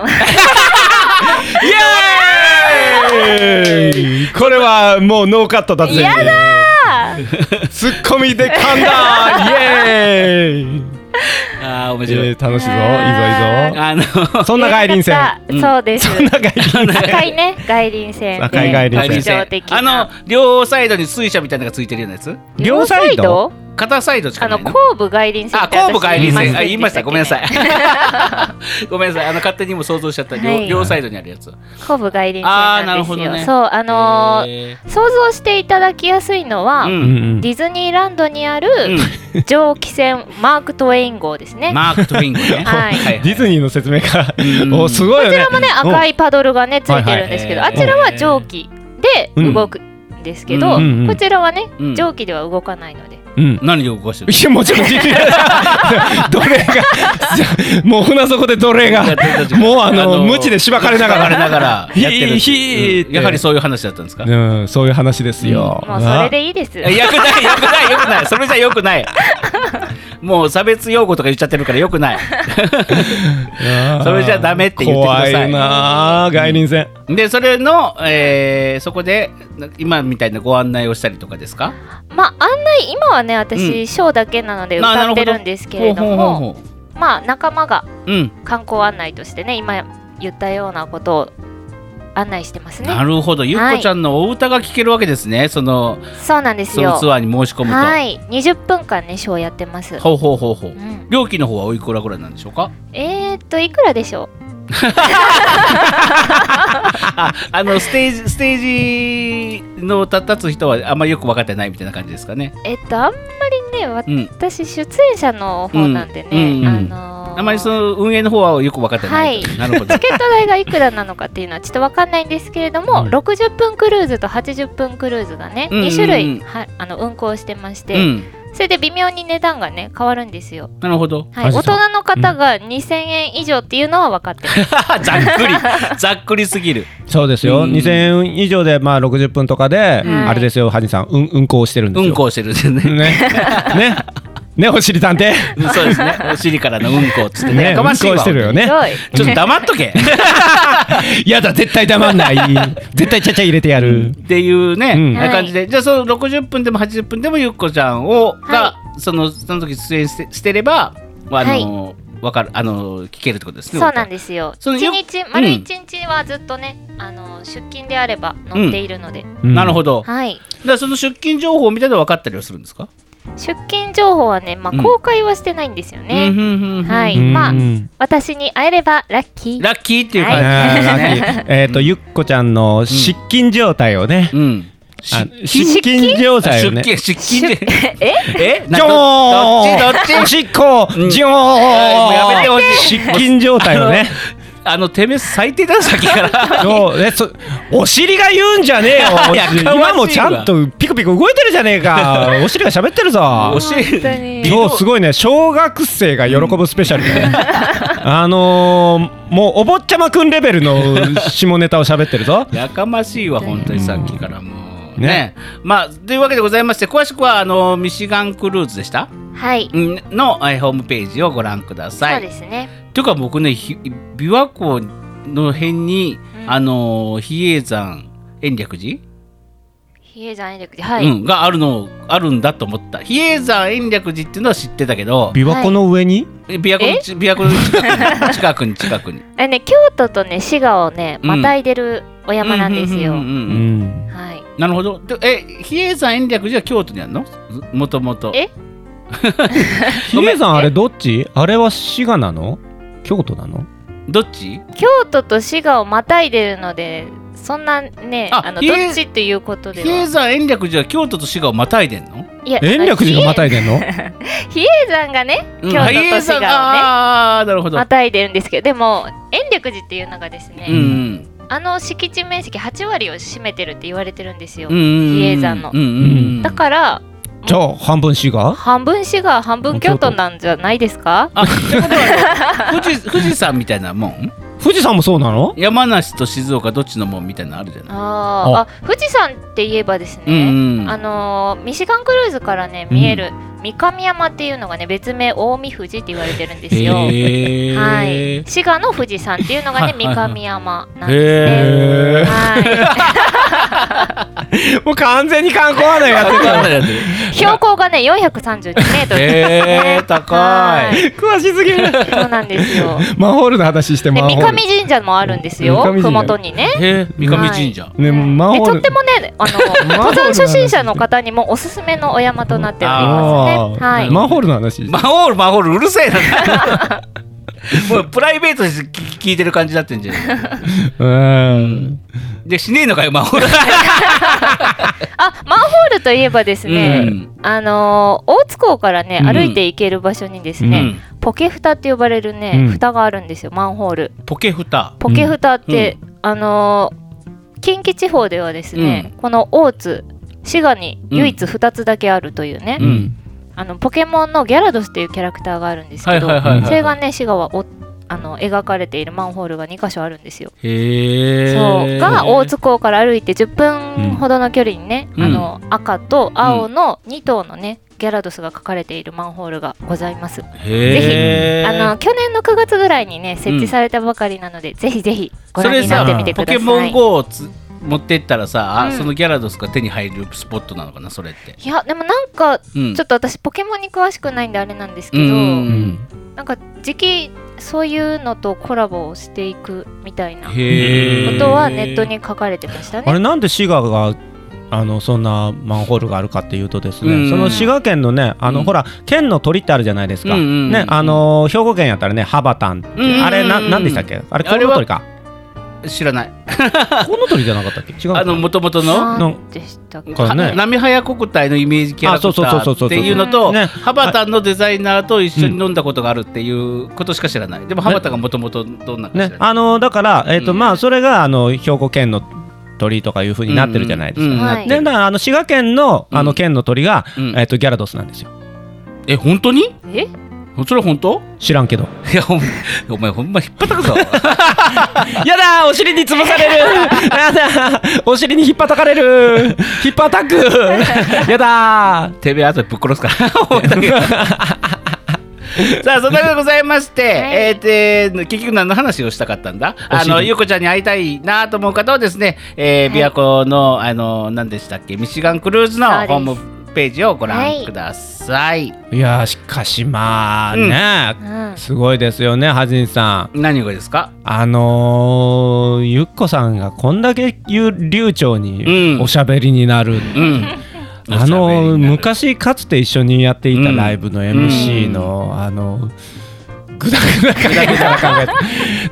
えーこれはもうノーカットだぜ
や
ツッコミで噛んだイエーイ
ああ、面白い。
えー楽しいぞいいぞいいぞ
あの、
そんな外輪
よ
船
かったそうです
そんな外輪船
赤いね外輪船で
赤い外輪船
特徴的
あ
な
の、両サイドに水車みたいなのがついてるようなやつ
両サイド
片サイドしか
あ
な
の
いの
後部外輪船
あ、
って
後部外輪
私
線。あ、言いました。ごめんなさ
っ
い。 ごめんなさい。あの、勝手にも想像しちゃった。
は
両
い
両サイドにあるやつ。
け後部外輪船
あーな
なん
る
で
ほ
す
ど
よ
ね
そうあのー
へ
想像していただきやすいの
ー
は
う。
うんん
ディズニーランドにある
うん
蒸気船マーク・トウェイン号ですね
マーク・トゥインゴね。
はい
ディズニーの説明が
うん
おすごいよね
こちらもね赤いパドルがねついてるんですけど、
はいはい
あちらは蒸気で動くんですけど、
うん
うんうん
こちらはね、
うん
蒸気では動かないので、
うん
何を動かしてる
いやもちろん奴隷が もう船底で奴隷がもうあの無知でしばかれなが
縛れな
ら
がらやってるっていう
ひー
うんやはりそういう話だったんですかい
うんそういう話ですよ
もうそれでいいです。
やよくないよくないよくないそれじゃよくないもう差別用語とか言っちゃってるからよくない
あー
それじゃダメって言ってください
怖いなあ外輪船
でそれのえーそこで今みたいなご案内をしたりとかですか
まあ案内今はね
う
私ショーだけなので
な
歌っ
な
てる
ほ
んですけれど
ほうほう
も、
ほうほ
まあ仲間が
ううん
観光案内としてね今言ったようなことを案内してますね
な。るほどゆっこちゃんのお歌が聴けるわけですねその
そうなんです
その
よ。
ツアーに申し込むと
はい、20分間ねショーやってます。
ほうほうほうほう
うん、
料金の方はおいくらぐらいなんでしょうか
えー、っといくらでしょ
ああのステージステージの立つ人はあんまりよく分かってないみたいな感じですかね。
う。えっとあんまりねわ
うん。
私出演者の方なんでね、
うんうんうん
あのー
あんまりその運営の方はよく分かってないと。
は
なるほど
チ。ケット代がいくらなのかっていうのはちょっとわかんないんですけれども、
うん
60分クルーズと80分クルーズがね、
うんうんうん
2種類はあの運行してまし
う
て、
ん。
それで微妙に値段がね変わるんですよ、
なるほど。
は
あ
い、
そ
大
うそう
人の方が2000円以上っていうのは分かってます
ざっくりざっくりすぎる。
そうですよ
うん
2000円以上でまあ60分とかで
うん
あれですよハジさんうん運行してるんで す
うん
よ
こをしてるんですね。
ねねねおしり探偵
うんそうですね。お尻からのうんこっつってね。
ね
や
う
か
んこ
ま
を
しいわ
してるよね
すごい
ちょっと黙っとけ
やだ絶対黙んない絶対ちゃちゃ入れてやる
っていうね、
うん
な感じで、じゃあその60分でも80分でもゆっこちゃんをが、そのその時出演してしてれば、あのわかるあの聞けるってことですね。
そうなんですよ
その
1
よ
日
うん
丸1日はずっとね、あの出勤であれば乗っているので、
なるほ
ど
ど。
はい
だからその出勤情報みたいなの分かったりはするんですか、
出勤情報はね、ま
うん
あ、公開はしてないんですよね、
うんうんうんうん
はいまあ私に会えればラッキー
ラッキーっていう
ね
感じですね。
えっとゆっこちゃんの失禁状態をね
うん、
あ失禁状態
出
をね
勤出勤で
え
え
ジョー
どっちどっ
お
ち
しっこ
うん
ジョー
もうやめてほしい
失禁状態をね
あのてめえ最低だなさっきから
そうえそお尻が言うんじゃねえよ
いやかましいわ
今もちゃんとピクピク動いてるじゃねえかお尻が喋ってるぞ
お尻
本当 に
微動
今日すごいね小学生が喜ぶスペシャルだねあのー、もうお坊ちゃまくんレベルの下ネタを喋ってる ぞ
やかましいわ本当にさっきからもう
ね
ねまあというわけでございまして詳しくはあのミシガンクルーズでした
はい
うんのえーホームページをご覧くださ
そう
い
ですね。
というか僕ねひ琵琶湖の辺に、
うん
あのー比叡山延暦寺、
比叡山エレクはい。
うん、があるのあるんだと思った比叡山延暦寺っていうのは知ってたけど
琵琶湖の上に、
琵琶湖のち琵琶湖の近くに近くに近くに
あれね京都とね滋賀をね
うん
またいでるお山なんですよ。
うんうんうん
う
うんうん
ん
はい。
なるほどでえ比叡山延暦寺は京都にあるのもともと
え
ひげさんあれどっちあれは滋賀なの京都なの
どっち
京都と滋賀をまたいでるのでそんなね
あ
あの
比
ど
叡
っちっていうことで
比叡
は
山延暦寺は京都と滋賀をまたいでんの
いや
延暦寺がまた
い
いでんの
比叡山がね
うん
京都と滋賀をね
ああーなるほど、
またいでるんですけどでも延暦寺っていうのがですね、
うんうん
あの敷地面積8割を占めてるって言われてるんですよ、
うんうん
比叡山の
うんうん
だから
じゃあ半分滋賀
半分滋賀半分京都なんじゃないですか
あ
ら
ってことはあの富士富士山みたいなもん
富士山もそうなの
山梨と静岡どっちのもんみたいなのあるじゃない
あーあ富士山って言えばですね、
うんうん
あのーミシガンクルーズからね見える三上山っていうのがね別名近江富士って言われてるんですよ、
へ
はい、滋賀の富士山っていうのがね
はいはいは
三
い
上山なんですね
へ
は
ーもう完全に観光案内やってた
やってる
い、標高がね432メートル、
へー高い
は
詳しすぎる
そうなんですよ。
マンホールの話して
で
マン
三
ホール
上神社もあるんです
三
よ
上神社
麓にね。
へえ三上神社
ねもうマン
で
ホー
と
ル
ってもねあの登山初心者の方にもおすすめのお山となっており
あ
ますね。
ー
はい。
マンホールの話
マンホールマンホールうるせえな もうプライベートで聞聞いてる感じになってんじゃ ん
うん
でしねえのかよマンホール
あマンホールといえばですね、
うん
あのー大津港からね
うん
歩いて行ける場所にですね、ポケ蓋って呼ばれるね、
うん
蓋があるんですよマンホール。
ポケフタ
ポケ蓋って、あのー近畿地方ではですね、この大津滋賀に唯一2つだけあるというね、
うん
あのポケモンのギャラドスっていうキャラクターがあるんですけど、
はいはいはいはい
それがね滋賀はおあの描かれているマンホールが2箇所あるんですよ。
へえ
そうが大津港から歩いて10分ほどの距離にね、
うん
あの赤と青の2頭のねギャラドスが描かれているマンホールがございます。
へー
あの去年の9月ぐらいにね設置されたばかりなので、ぜひぜひご覧になってみてく
ポ
ださい。
ケモン GO をつ持ってったらさ、あ
うん
そのギャラドスが手に入るスポットなのかなそれって、
いやでもなんかち
うん、
ょっと私ポケモンに詳しくないんであれなんですけど、
うん
うん
なんか時期そういうのとコラボをしていくみたいなこ
へ
とはネットに書かれてました
あ
ね。
れなんで滋賀があのそんなマンホールがあるかっていうとですね、
うん
その滋賀県のねあの、
うん
ほら県の鳥ってあるじゃないですか、
うんうんうん
ねあの兵庫県やったらねハバタンって、
うんうんうん
あれななんでしたっけあれコウノトリか
え知らない
コウノトリじゃなかったっけ違う
あの
の
もともとの
な
の
んでしたっけ
これね
波早国体のイメージキャラクタ
あそうそうそう
ー
そう
っていうのと、
ね
ハバタンのデザイナーと一緒に飲んだことがあるっていうことしか知らないでもハバタンがもともとどんなか知ら
ね
ない、
あのだからえっ、と、
うん
まあそれがあの兵庫県の鳥とかいうふうになってるじゃないですか、
うんうんうん
はい
でだからあの滋賀県のあ
う
の
ん
県の鳥が、
うん
えっとギャラドスなんですよ
え本当に
え
それ本当
知らんけど
いやお前お前ほん ま引っ張ったくぞ
やだーお尻に潰される やだーお尻に引っ叩かれる引っ叩くやだ
てめえ後でぶっ殺すから 思ったけどさあそんなことでございまして、
はい
えーで結局何の話をしたかったんだあ
お
の
尻
ゆうこちゃんに会いたいなと思う方はですね、えー、琵琶湖の、あの何でしたっけミシガンクルーズの
そうです
ホームページをご覧ください、
いやーしかしまあ
うん
ね、
うん
すごいですよねはじんさん
何がですか
あのー、ゆっこさんがこんだけ流流暢
う
に
ん
おしゃべりになる、
うん
あの昔かつて一緒にやっていたライブの MC の、あのぐだぐだ考えて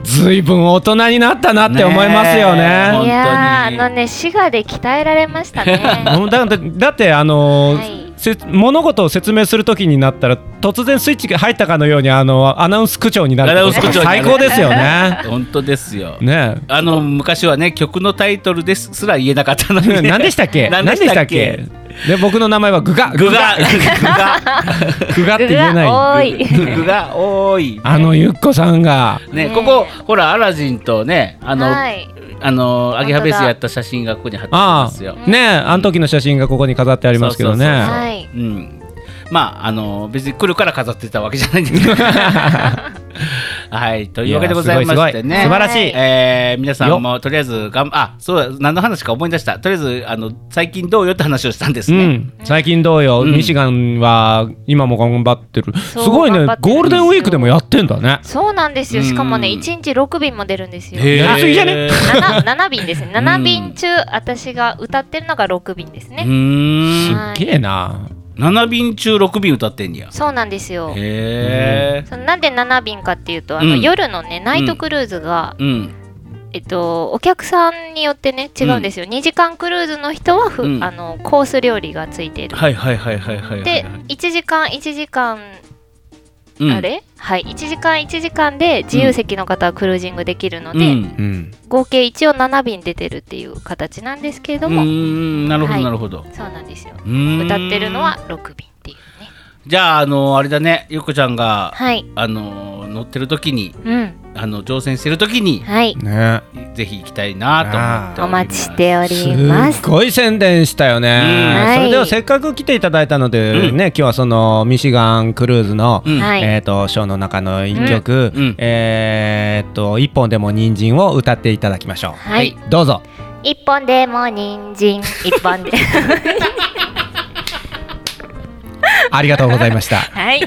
ずいぶん大人になったなって思いますよ
ね
い
ね。
や
本当に
ーあのね滋賀で鍛えられまし たね。
もうだだだってあの、
はい
せ物事を説明するときになったら突然スイッチが入ったかのようにあのアナウンス口調になるってこと
アナウンス口調になる
最高ですよね。
本当ですよ
ね
あの昔はね曲のタイトルですら言えなかったの に、ね、
何でしたっけ
何
何
で
で
し
したた
っ
っ
け
けで僕の名前はグガ
具 が
グガって言え
グ
ない
ガ多い。
具が多い
あのゆっこさんが
ね
ね
ここほらアラジンとねあの、
はい。
あのアゲハベースやった写真がここに貼ってあるん
あ
ですよ。
あねえあの時の写真がここに飾ってありますけど
そうそうそう
ね
はい。
うん、まああの別に来るから飾ってたわけじゃないん ですけど。はいというわけでございましてね
いやすごいすごい素晴らしいはい
えー皆さんもとりあえずがんあそうだ何の話か思い出したとりあえずあの最近どうよって話をしたんです
う
ね。
ん最近どうよ
うん
ミシガンは今も頑張ってるす
そう
ごいね
頑張ってるんですよ
ゴールデンウィークでもやってんだね
そうなんですよ。しかもね
うん
1日6便も出るんですよ。
へー
やりすぎじゃね
7, 7便ですね。
うん
7便中私が歌ってるのが6便です
う
ね。
ーん
すっげえな
7便中6便歌ってんねや
そうなんですよ
へえ
そのなんで7便かっていうとあの、
うん
夜のねナイトクルーズが、
うん
えっと、お客さんによってね違うんですよ、2時間クルーズの人はふ、
うん
あのコース料理がついてる
はいはいはいはいはいはい
で1時間1時間、
うん
あれはい1時間1時間で自由席の方はクルージングできるの
う
で、
ん
うん。
合計一応7便出てるっていう形なんですけれ
う
ど
ー
も、
んなるほ
は
ど
い
なるほど
そうなんですよ
うーん
歌ってるのは6便っていうね
じゃああのあれだねゆっこちゃんが
はい
あの乗ってる時に
うん
あの乗船してる時に
はい
ね。
ぜひ行きたいなと
お
思っておりま
待ち
す
しております
っごい宣伝したよね、
うん
それで
は
はいせっかく来ていただいたので、
うん
ね今日はそのミシガンクルーズの、
うん
はい
えー、とショーの中の一曲、
うん
えー、と一本でも人参を歌っていただきましょう、
はい
どうぞ
一本でも人参一本 で
ありがとうございました
はい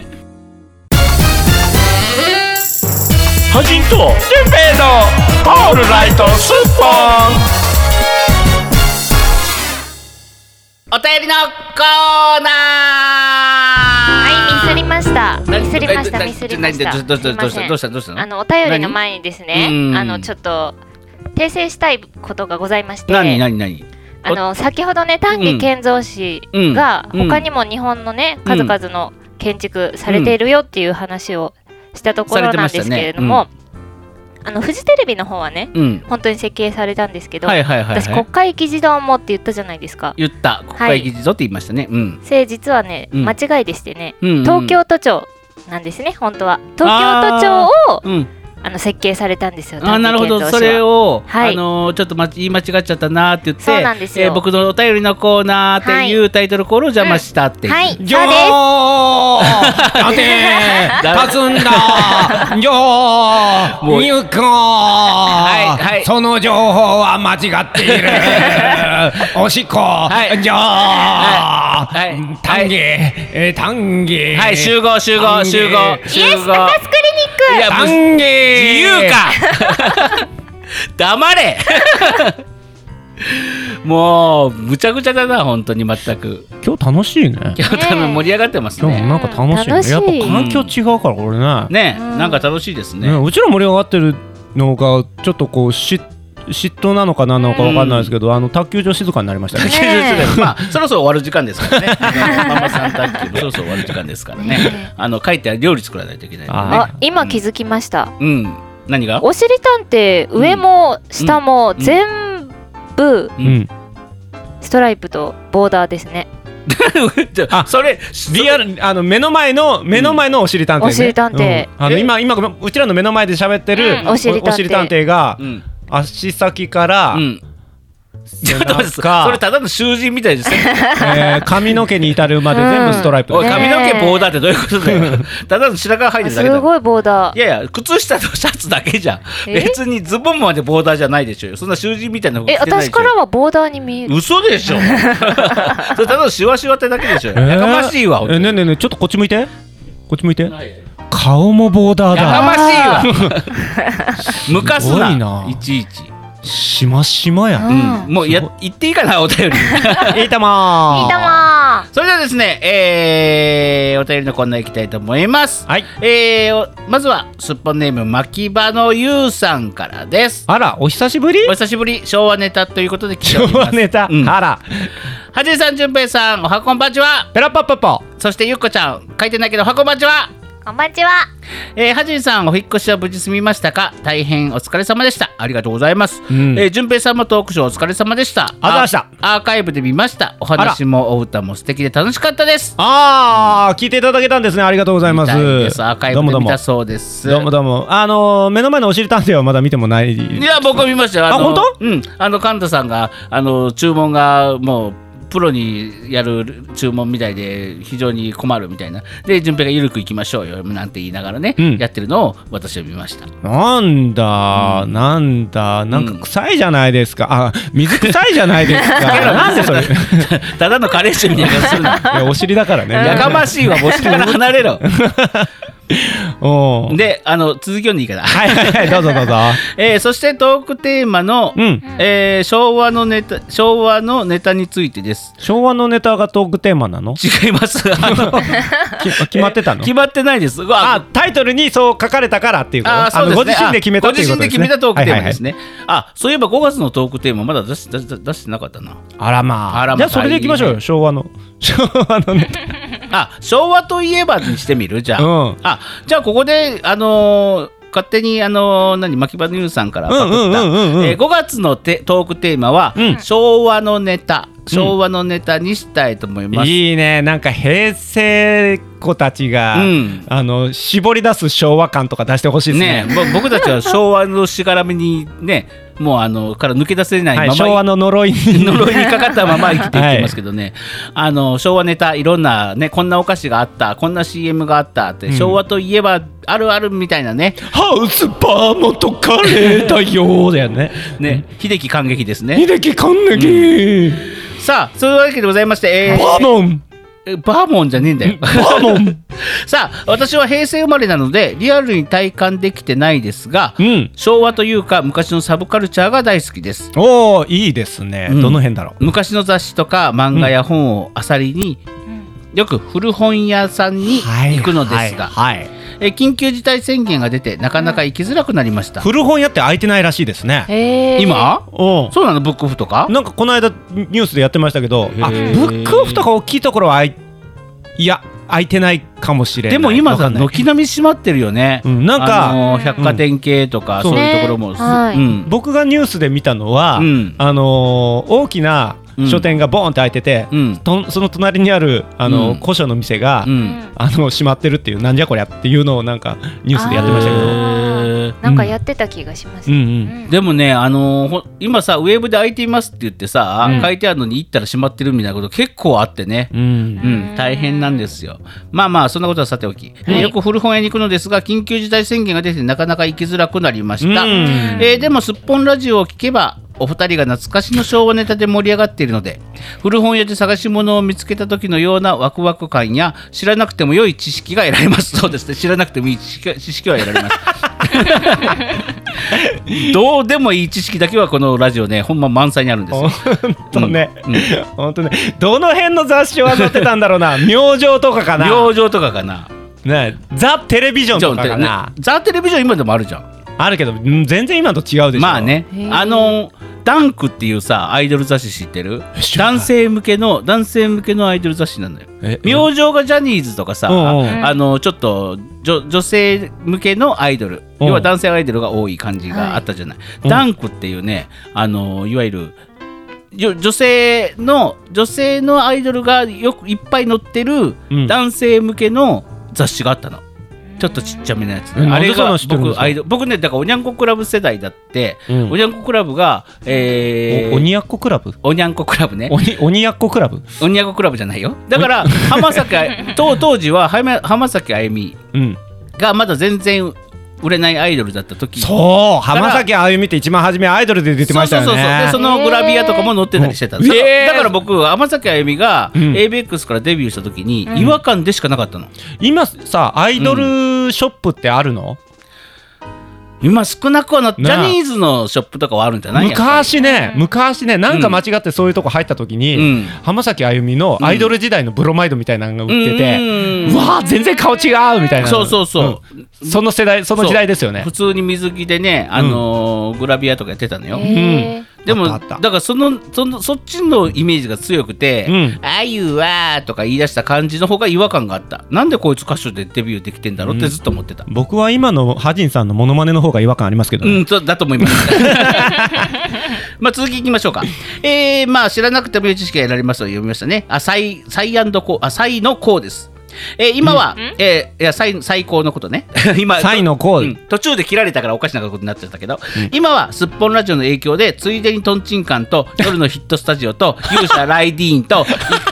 ハジンとジンベイのオールライトスッポン
お便りのコーナー
はいミス
は
りました
な
ミスりました
な
ミスりました
などうしたどうした
すいません
どうしたどうした
あのお便りの前にです
何う
ね
ん
あのちょっと訂正したいことがございまして
何何何
あの先ほどね丹下健三氏が
うんうん
他にも日本のね、
うん
数々の建築されているよっていう話をしたところなんですけれども、あのフジテレビの方はね
うん
本当に設計されたんですけど、
はいはいはい
私
は
国
い
会議事堂もって言ったじゃないですか。
言った国会議事堂って言いましたねうん
せ実はね、
うん
間違いでしてね
うんうん
東京都庁なんですね本当は東京都庁を
うん
あの設計されたんですよ。
あーなるほ
丹
ど
下健三氏は
それを、
はい
あのーちょっとま言い間違っちゃったなーって言って
そうなんですよ
えー僕のお便りのコーナーっていうタイトルコールを邪魔したっていう、
はいそうです
よー立 て立つんだよ
もう
ーゆこ
い
ー、
はい
その情報は間違ってい るおしっこ、
い
じゃあ、
はいはい
丹下、えー丹下
はい集合集合集合
イエ
集合
スクリニック
いやもう
丹
自
下
由 か黙れ もうむちゃくちゃだな本当に全く
今日楽しいね
今日多分盛り上がってます
今日も
ね
なんか楽しいね、
楽しい
やっぱ環境違うからこれね
ね
うん
なんか楽しいですね、
ねうちら盛り上がってるのがちょっとこう嫉嫉妬なのかななのかわかんないですけど、あの卓球場静かになりま したね。
ねえ
まあそろそろ終わる時間ですからね あのママさん卓球もそろそろ終わる時間ですからねあの書いてある料理作らないといけないのでね
あ今気づきました、
うん何が
おしりたんて上も下も
うん
全部
う
うんん、
ストライプとボーダーですね。
じゃあ
あ
それ
リアルあの目の前の目の前のおしり探偵、ね
おしり探偵
うんあの今今うちらの目の前で喋ってる、
うんおしり探偵
お偵が、
うん
足先から、
うんちょっと待って
背中
それただの囚人みたいですね
えー髪の毛に至るまで全部ストライプ、
おい
ね
髪の毛棒だってどういうことだ よただの白髪入ってるだけだ
す
よ
ごいボーダ
い
ー。
やいや靴下とシャツだけじゃん
え
別にズボンまでボーダーじゃないでしょうよそんな囚人みたいな服着
え、
てないでし
私
ょ
からはボーダーに見える。
嘘で しょそれただのシワシワってだけでしょ、
えー
やかましいわ、本
え
当に
ねえねえねえちょっとこっち向いてこっち向いて
い
顔もボーダー
やか
だ
ましいわ むかすな
すごいない
ちいち、
しましまや
う
うんん、もうや
すご
言っていいかなお 便り
いいたま
いいだま
それではですねえー、お便りのコーナーいきたいと思います
はい
えー、おまずはすっぽんネーム牧場のゆうさんからです
あらお久しぶり
お久しぶり昭和ネタということで来てお
今
り
日
ま
は
す
ネタ、
うん
あら
はじいさんじゅんぺいさんおはこんばんちは
ペラパッパッパ
そしてゆっこちゃん書いてないけどおはこんばんちは
ー。こんばんちは。
えー、はじいさんお引っ越しは無事済みましたか大変お疲れ様でしたありがとうございます、
うん
えー、順平さんもトークショーお疲れ様でした
ありがとうございま
あアーカイブで見ましたお話もお歌も素敵で楽しかったです
あー聞いていただけたんですねありがとうございま
み
す
たいですアーカイ
どう
ブ
も
で
どう
見
も
たそうです
どうもどうもあのー目の前のおしり探偵はまだ見てもない
いや僕見ましたよ
あ
の
本当
うんあの神田さんがあの注文がもうプロにやる注文みたいで非常に困るみたいなで順平が「ゆるくいきましょうよ」なんて言いながらね、
うん
やってるのを私は見ました
なんだ、なんだなんか臭いじゃないですかあ水臭いじゃないで すかなんでそれい
ただのカレー臭みたいなのするな
やお尻だからね
やかましいわ、母子から離れろ。
おー
で、あの、続き読んでいいかな。
はいはいはい、どう ぞどうぞ。
えーそしてトークテーマの、
うん。
えー昭和のネタ、昭和のネタについてです。
昭和のネタがトークテーマな の
違い ます。あの
き決まってたの
決まってないです。うわ
あ、タイトルにそう書かれたからっていうこと
あーそうですね
のご自身で決めたっていうこ
あご自身
とですね。
で決めたトークテーマです
ね。
ね。あ、そういえば5月のトークテーマまだ出し出し出してなかったな。
あらまあ。
あらまあ
じゃあそれでいきましょう
いい
よ、昭和の。 昭和のネタ。
あ、昭和といえばにしてみるじゃあ。
うん
あ、じゃあここであのー勝手にあのー何牧場ニュースさんからパクった。
うんうんうんうんうん
えー5月のテトークテーマは、
うん
昭和のネタ、昭和のネタにしたいと思います。
いいね、なんか平成子たちが、
うん
あの、絞り出す昭和感とか出してほしいですね。
ねぼ僕たちは昭和のしがらみにね、もうあのから抜け出せないま
は
ま、
い、昭和の呪 いに。
呪いにかかったまま生きていってますけどね、あの昭和ネタいろんなねこんなお菓子があったこんな CM があったって、
ん
昭和といえばあるあるみたいなね
ハウスバーモントカレーだよだよね。
ね秀樹感激ですね
秀樹かんねぎ、
さあそういうわけでございまして、
バーモン
えーバーモンじゃねえんだよ
バーモン
さあ私は平成生まれなのでリアルに体感できてないですが、
うん。
昭和というか昔のサブカルチャーが大好きです
おー、いいですね。
うん
どの辺だろう。
昔の雑誌とか漫画や本をあさりに、よく古本屋さんに行くのですが、
はいはいはい
えー緊急事態宣言が出てなかなか行きづらくなりました、
古本屋って開いてないらしいですね。
へー
今
お
そうなのブックオフとか
なんかこの間ニュースでやってましたけど、あブックオフとか大きいところは開いいや開いてないかもしれな
で
い。
も今
わ
さ
かんない
軒並み閉まってるよね、
うんなんか
あのー百貨店系とか、
そう
そういうところも、
ねはい
うん
僕がニュースで見たのは、
うん
あのー大きな書店がボーンって開いてて、
うん
とその隣にあるあ
う
のー、
ん
古書の店が、
う
うんん
あの閉まってるっていうなんじゃこりゃっていうのをなんかニュースでやってましたけ
あ
ど。
ーなんかやってた気がします
うんう
ね。
ん
うん
でもね、あのーほ今さウェブで開いていますって言ってさ、
うん
書いてあるのに行ったら閉まってるみたいなこと結構あってね、
うん
うん、大変なんですよ。まあまあ、そんなことはさておき、えーよく古本屋に行くのですが、緊急事態宣言が出てなかなか行きづらくなりました。
うん
えーでも、すっぽんラジオを聞けば、お二人が懐かしの昭和ネタで盛り上がっているので、古本屋で探し物を見つけた時のようなワクワク感や、知らなくても良い知識が得られます。そうですね、 知らなくてもいい知識知識は得ら れます。どうでもいい知識だけはこのラジオね、ほんま満載にあるんですよ。
本当ね
うんうん、
本当ね、どの辺の雑誌を載ってたんだ ろうな、明星とかかな、
養生とかかな。
ね、ザ・テレビジョン
じゃ
と
あ
かかな、
ザ・テレビジョン今でもあるじゃん
あるけど、うん全然今と違うでしょ。
まあねあのダンクっていうさアイドル雑誌知ってる男性向けの男性向けのアイドル雑誌なのよ
え、
明星がジャニーズとかさ、
うんうん
あのちょっと女女性向けのアイドル、
うん
要は男性アイドルが多い感じがあったじゃない、
うん
ダンクっていうねあのいわゆるよ女性の女性のアイドルがよくいっぱい載ってる
うん
男性向けの雑誌があったの、ちょっとちっちゃめのやつ、
えなんで
あれ
そんな
が
の知ってるんです
僕
か
アイドル僕ねだからおにゃんこクラブ世代だって、
うん
おにゃんこクラブが、えー
お鬼やっこクラブ
おにゃんこクラブね
鬼鬼やっこクラブ、
おにゃんこクラブじゃないよだ から浜崎あい当当時は浜浜崎あゆみ
うん、
がまだ全然売れないアイドルだった時
そう浜崎あゆみって一番初めアイドルで出てましたよね
そうそうそうでそのグラビアとかも載ってたりしてたんです、
えー
だからだから僕浜崎あゆみが
うん
ABEX からデビューした時に違和感でしかなかったの、
今さアイドルショップってあるの、
今少なくはなジ
なあ
ャニーズのショップとかはあるんじゃないやっぱり
昔ね昔ねなんか間違ってそういうとこ入った時に、
うん
浜崎あゆみのアイドル時代のブロマイドみたいなのが売ってて、
うん
うわー全然顔違うみたいな、
そうそうそう
んその世代その時代ですよね
普通に水着でね、あのーグラビアとかやってたのよ、
へー
でも
あ
だ
ったあった
からそのそのそっちのイメージが強くて
うん
「あゆは」とか言い出した感じの方が違和感があったなんでこいつ歌手でデビューできてんだろうってずっと思ってた、
僕は今のハジンさんのモノマネの方が違和感ありますけど、
う
ね
ん、そうだと思います。 まあ続きいきましょうか。えー、まあ知らなくても良い知識が得られますと読みましたね。あ、サイ、サイアンドコー、あ、サイのコーです。えー、今は、えーいや、サイ、最高のこと ね。今、
サイのコー
うん途中で切られたからおかしなことになっちゃったけど、今はすっぽんラジオの影響で、ついでにトンチンカンと、夜のヒットスタジオと、 勇者ライディーンと、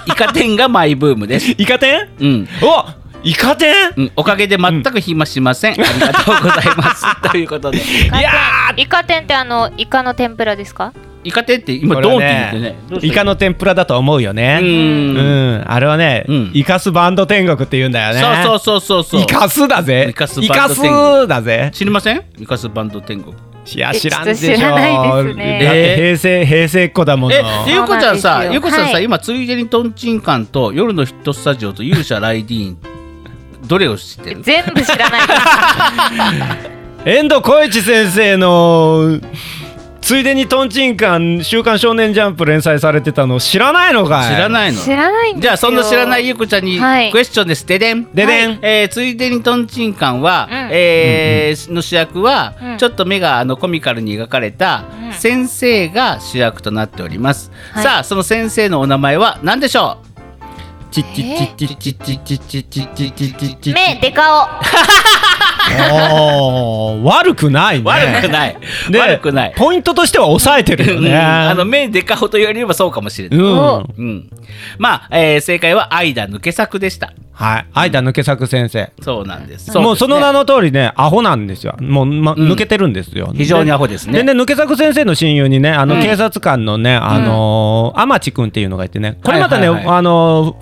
いイカ天がマイブームです。
イカ天
うん。
おイカ天
うん、おかげで全く暇しません。ありがとうございます。ということで。
いや
イカ天ってあのイカの天ぷらですか？
イカ天って今
これ
ドン
は
って言
ね
ってねどうした
イカの天ぷらだと思うよね
う
うんんあれはね、
うん
イカスバンド天国って言うんだよね
そうそうそうそうそう
イカスだぜ
イカス
イ
バン
カ
ド
ス
天国
だぜ
知りませんイカスバンド天国
いや知らんでしょ
知らないですね
だって平成平成っ子だもの
え、ゆうこちゃん
そう
さ、
なんですよ
ゆうこちゃんさ、
はい
今ついでにトンチンカンと夜のヒットスタジオと勇者ライディーン。どれを知ってる。
全部知らないです
遠藤浩一先生のついでにトンチンカン週刊少年ジャンプ連載されてたの知らないのかい
知らないの。
知らないんですよ
じゃあ、そんな知らないゆうこちゃんに
はい
クエスチョンです。ででん。
ででん
えーついでにトンチンカンは、
うん
えーの主役は、
うん
ちょっと目があのコミカルに描かれた
うん
先生が主役となっております、
はい
さあその先生のお名前は何でしょう
チッチッチッチッチッチッチッチッチッチッチッチッ
目デカ
おー悪くないね
悪くない、
で
悪くない、
ポイントとしては抑えてるよ
う
ね
んあの目でかほと言われればそうかもしれない、
うん
お
うん、まあ、えー正解は「愛だ抜け作」でした
はい間抜け作先生
そうなんです
もうその名
の
の通りねアホなんですよもう、ま
うん
抜けてるんですよ
非常にア
ホ
ホですね
でね、抜け作先生の親友にね、あの警察官のね、あのー、天地君っていうのがいてね、これまたね、
はいはいはい
あの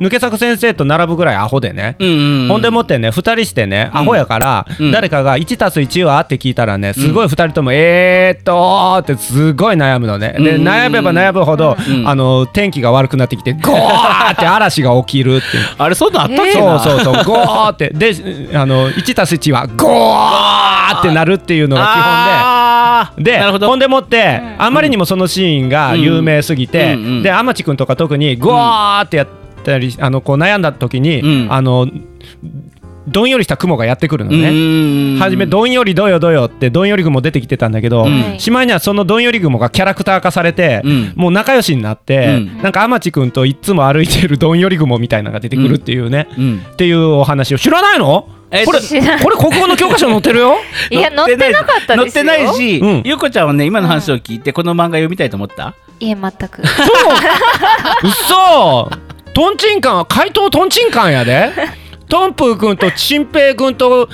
ー、抜け作先生と並ぶぐらいアホでね、
うんうんうん
ほんでもってね、2人してね、アホやから、
うん
誰かが1たす1はって聞いたらね、すごい2人とも、えーっとーってすごい悩むのね。で、
うん
悩めば悩むほど、
うん
あのー、天気が悪くなってきて、ゴーって嵐が起きるっていう。
あれそんなんあったっけ
そう
な
そうそう、ゴーって、で、あの、1たす1は、ゴーってなるっていうのが基本で、
あー
で
なるほど
ほんでもって、あまりにもそのシーンが有名すぎて、
うんうん
で天地君とか特にゴワーってやったり、あのこう悩んだ時に、
うん
あのどんよりした雲がやってくるの
うん
ね。
うんうん
初めどんよりどよどよってどんより雲出てきてたんだけど、
うん
しまいにはそのどんより雲がキャラクター化されて、
うん
もう仲良しになって、
う
なんか天地君といっつも歩いてるどんより雲みたいなのが出てくるっていうね、
うん
っていうお話を知らないの
え
これ
知らない
これ国語の教科書載ってるよ
いや乗ってなかったですよ
乗ってないし、
うん
ゆうこちゃんはね今の話を聞いてこの漫画読みたいと思った
いえ全く
うっそトンチンカンは怪盗トンチンカンやでトンプーくんとチンペイくんと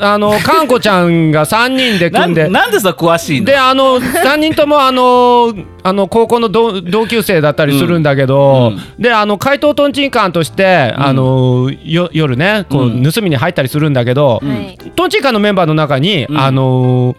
あのカンコちゃんが3人で
な
組ん
ん
で
なんでさ詳しいの
であの3人ともあのあの高校の同同級生だったりするんだけど、であの怪盗トンチンカンとして、あのよ夜ねこう、
うん
盗みに入ったりするんだけど、
はい
トンチンカンのメンバーの中に、
うん
あの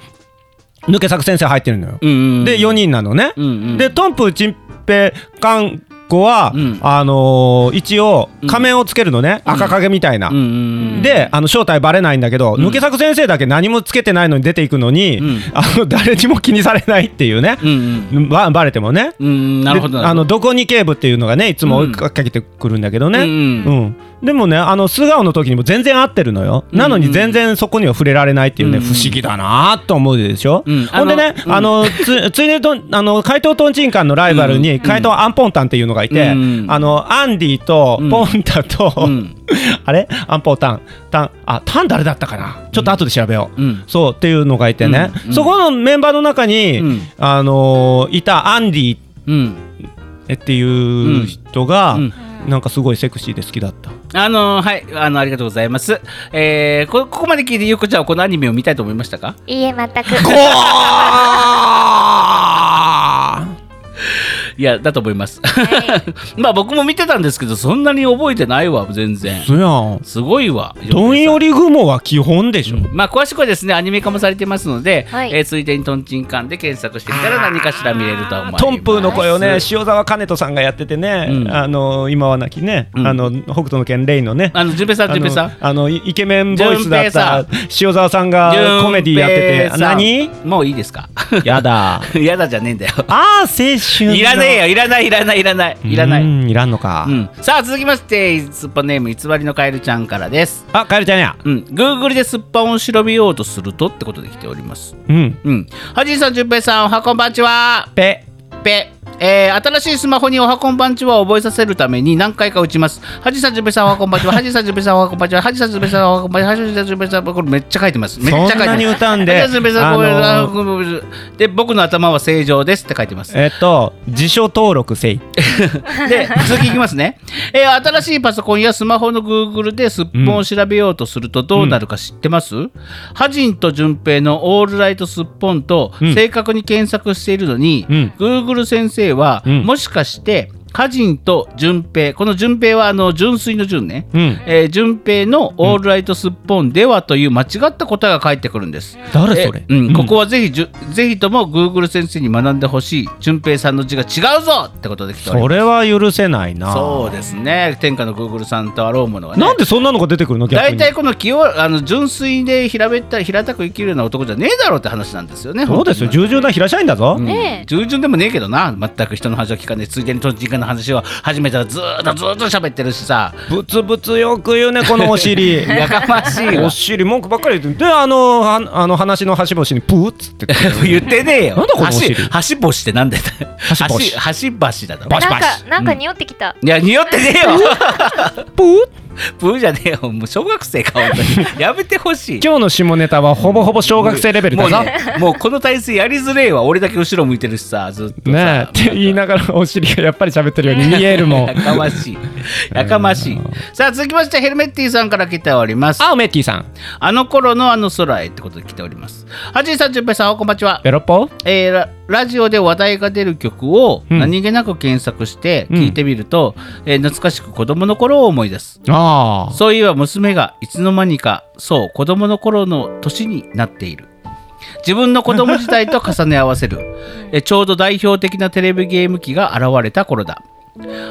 抜け作先生入ってるのよ。
うんうん
で4人なのね。
うんうん
でトンプーチンペイカンコは、
うん
あのー一応仮面をつけるのね、赤影みたいな。
うんうんうん
であの正体バレないんだけど、
ん
抜け作先生だけ何もつけてないのに出ていくのに、
うん
あの誰にも気にされないっていうね、
うんうん
ばバレてもね。
うんなるほど
であのどこに警部っていうのがねいつも追いかけてくるんだけどね、
うんうん
うんでもねあの素顔の時にも全然合ってるのよ、なのに全然そこには触れられないっていうね、
うん
不思議だなと思うでしょ、
うん
ほんでね
あの
あの、つ ついでとあの怪盗トンチンカンのライバルに、怪盗アンポンタンっていうのがいて、
うん
あのアンディと
うん
ポンタと、
うん
あれアンポンタンタンあタン誰だったかなちょっと後で調べよう、
うん
そうっていうのがいてね、
うん
そこのメンバーの中に、
うん
あのいたアンディ
うん
っていう人が、
うん
なんかすごいセクシーで好きだった。
あのはいあのありがとうございますえーこここまで聞いてゆうこちゃんはこのアニメを見たいと思いましたか
いいえ全く
いやだと思います。 まあ僕も見てたんですけどそんなに覚えてないわ全然。
そやん。
すごいわ。
どんより雲は基本でしょ。
まあ詳しくはですねアニメ化もされてますので、
はい
えーついでにトンチンカンで検索してみたら何かしら見れると思います。
トンプーの声をね、塩沢兼人さんがやっててね、
うん
あの今は亡きね、
うん
あの北斗の拳レイのね。
あの純平さん純平さん。
あのいイケメンボイスだった
順
塩沢さんがコメディやってて
順平さん
何
もういいですか。
やだ
やだじゃねえんだよ。
ああ青春の
いらねえよいらないいらないいらないいらな
う
い。
んいらんのか、
うん、さあ続きましてすっぱネーム偽りのカエルちゃんからです。
あカエルちゃんや
うん、Google ですっぱを調べようとするとってことで来ております。
うん
うん。はじいさん、じゅんぺいさん、おはこんばんちは。
ペ
ぺ。えー新しいスマホにおはこんばんちは覚えさせるために何回か打ちます。はじさじべさんおはこんばんちは、はじさじべさんおはこんばんちは、はじさじべさんおはこんばんちは、はじさじべさん、これめっちゃ書いてます。めっちゃ書いてます。
そんなに歌うんで
はじさじべさん、ごめん
あのー
ごめんごめんごめんで、僕の頭は正常ですって書いてます。
えっと自称登録せい
で、続きいきます ね。えー新しいパソコンやスマホの Google ですっぽんを調べようとするとどうなるか知ってます、ハジンと順平のオールライトすっぽんと
うん
正確に検索しているのに、
うん
Google 先生は、
うん
もしかして、ハジンと順平、この順平はあの純粋の順ね。
うん
えー順平のオールライトすっぽんではという間違った答えが返ってくるんです。
誰それ
えうん、ここはぜひじゅ、ぜひとも Google 先生に学んでほしい順平さんの字が違うぞってことで来ております
それは許せないな
そうですね天下のグーグルさんとあろうものはね
なんでそんなのが出てくるの逆
大
に
体この清あの純粋で平べったい平たく生きるような男じゃねえだろうって話なんですよね
そうですよ従順な平社員だぞ、
本当に
ねえ
従順でもねえけどな全く人の話を聞かねえついでにと時間の話を始めたらずーっとずーっと喋ってるしさ
ブツブツよく言うねこのお尻
やかまし い
お
わ
尻文句ばっかり言ってであのはあの話の端々にプーッつって言って
言ってねえよ
なんだこのお尻
橋橋橋ってなんだよ
橋
橋橋
橋
だろ
バシ
なん
バシ
かなんか匂ってきた。
いや匂ってねえよ
プーッ
ブーじゃねえよもう小学生か本当にやめてほしい
今日の下ネタはほぼほぼ小学生レベルだ
もう
ぞ
ね、もうこの体勢やりづれえわ俺だけ後ろ向いてるしさずっとさ
ねえって言いながらお尻がやっぱり喋ってるように見えるもん
や かましいやかましいさあ続きましてヘルメッティさんから来ております
あおめっきーさん
あの頃のあの空へってことで来ておりますはじいさんじゅんぺいさんおこんばんちは
ペロッポ
えーララジオで話題が出る曲を
うん
何気なく検索して
うん
聞いてみると、えー懐かしく子供の頃を思い出す
ああ
そういえば娘がいつの間にかそう子供の頃の年になっている自分の子供時代と重ね合わせるえちょうど代表的なテレビゲーム機が現れた頃だ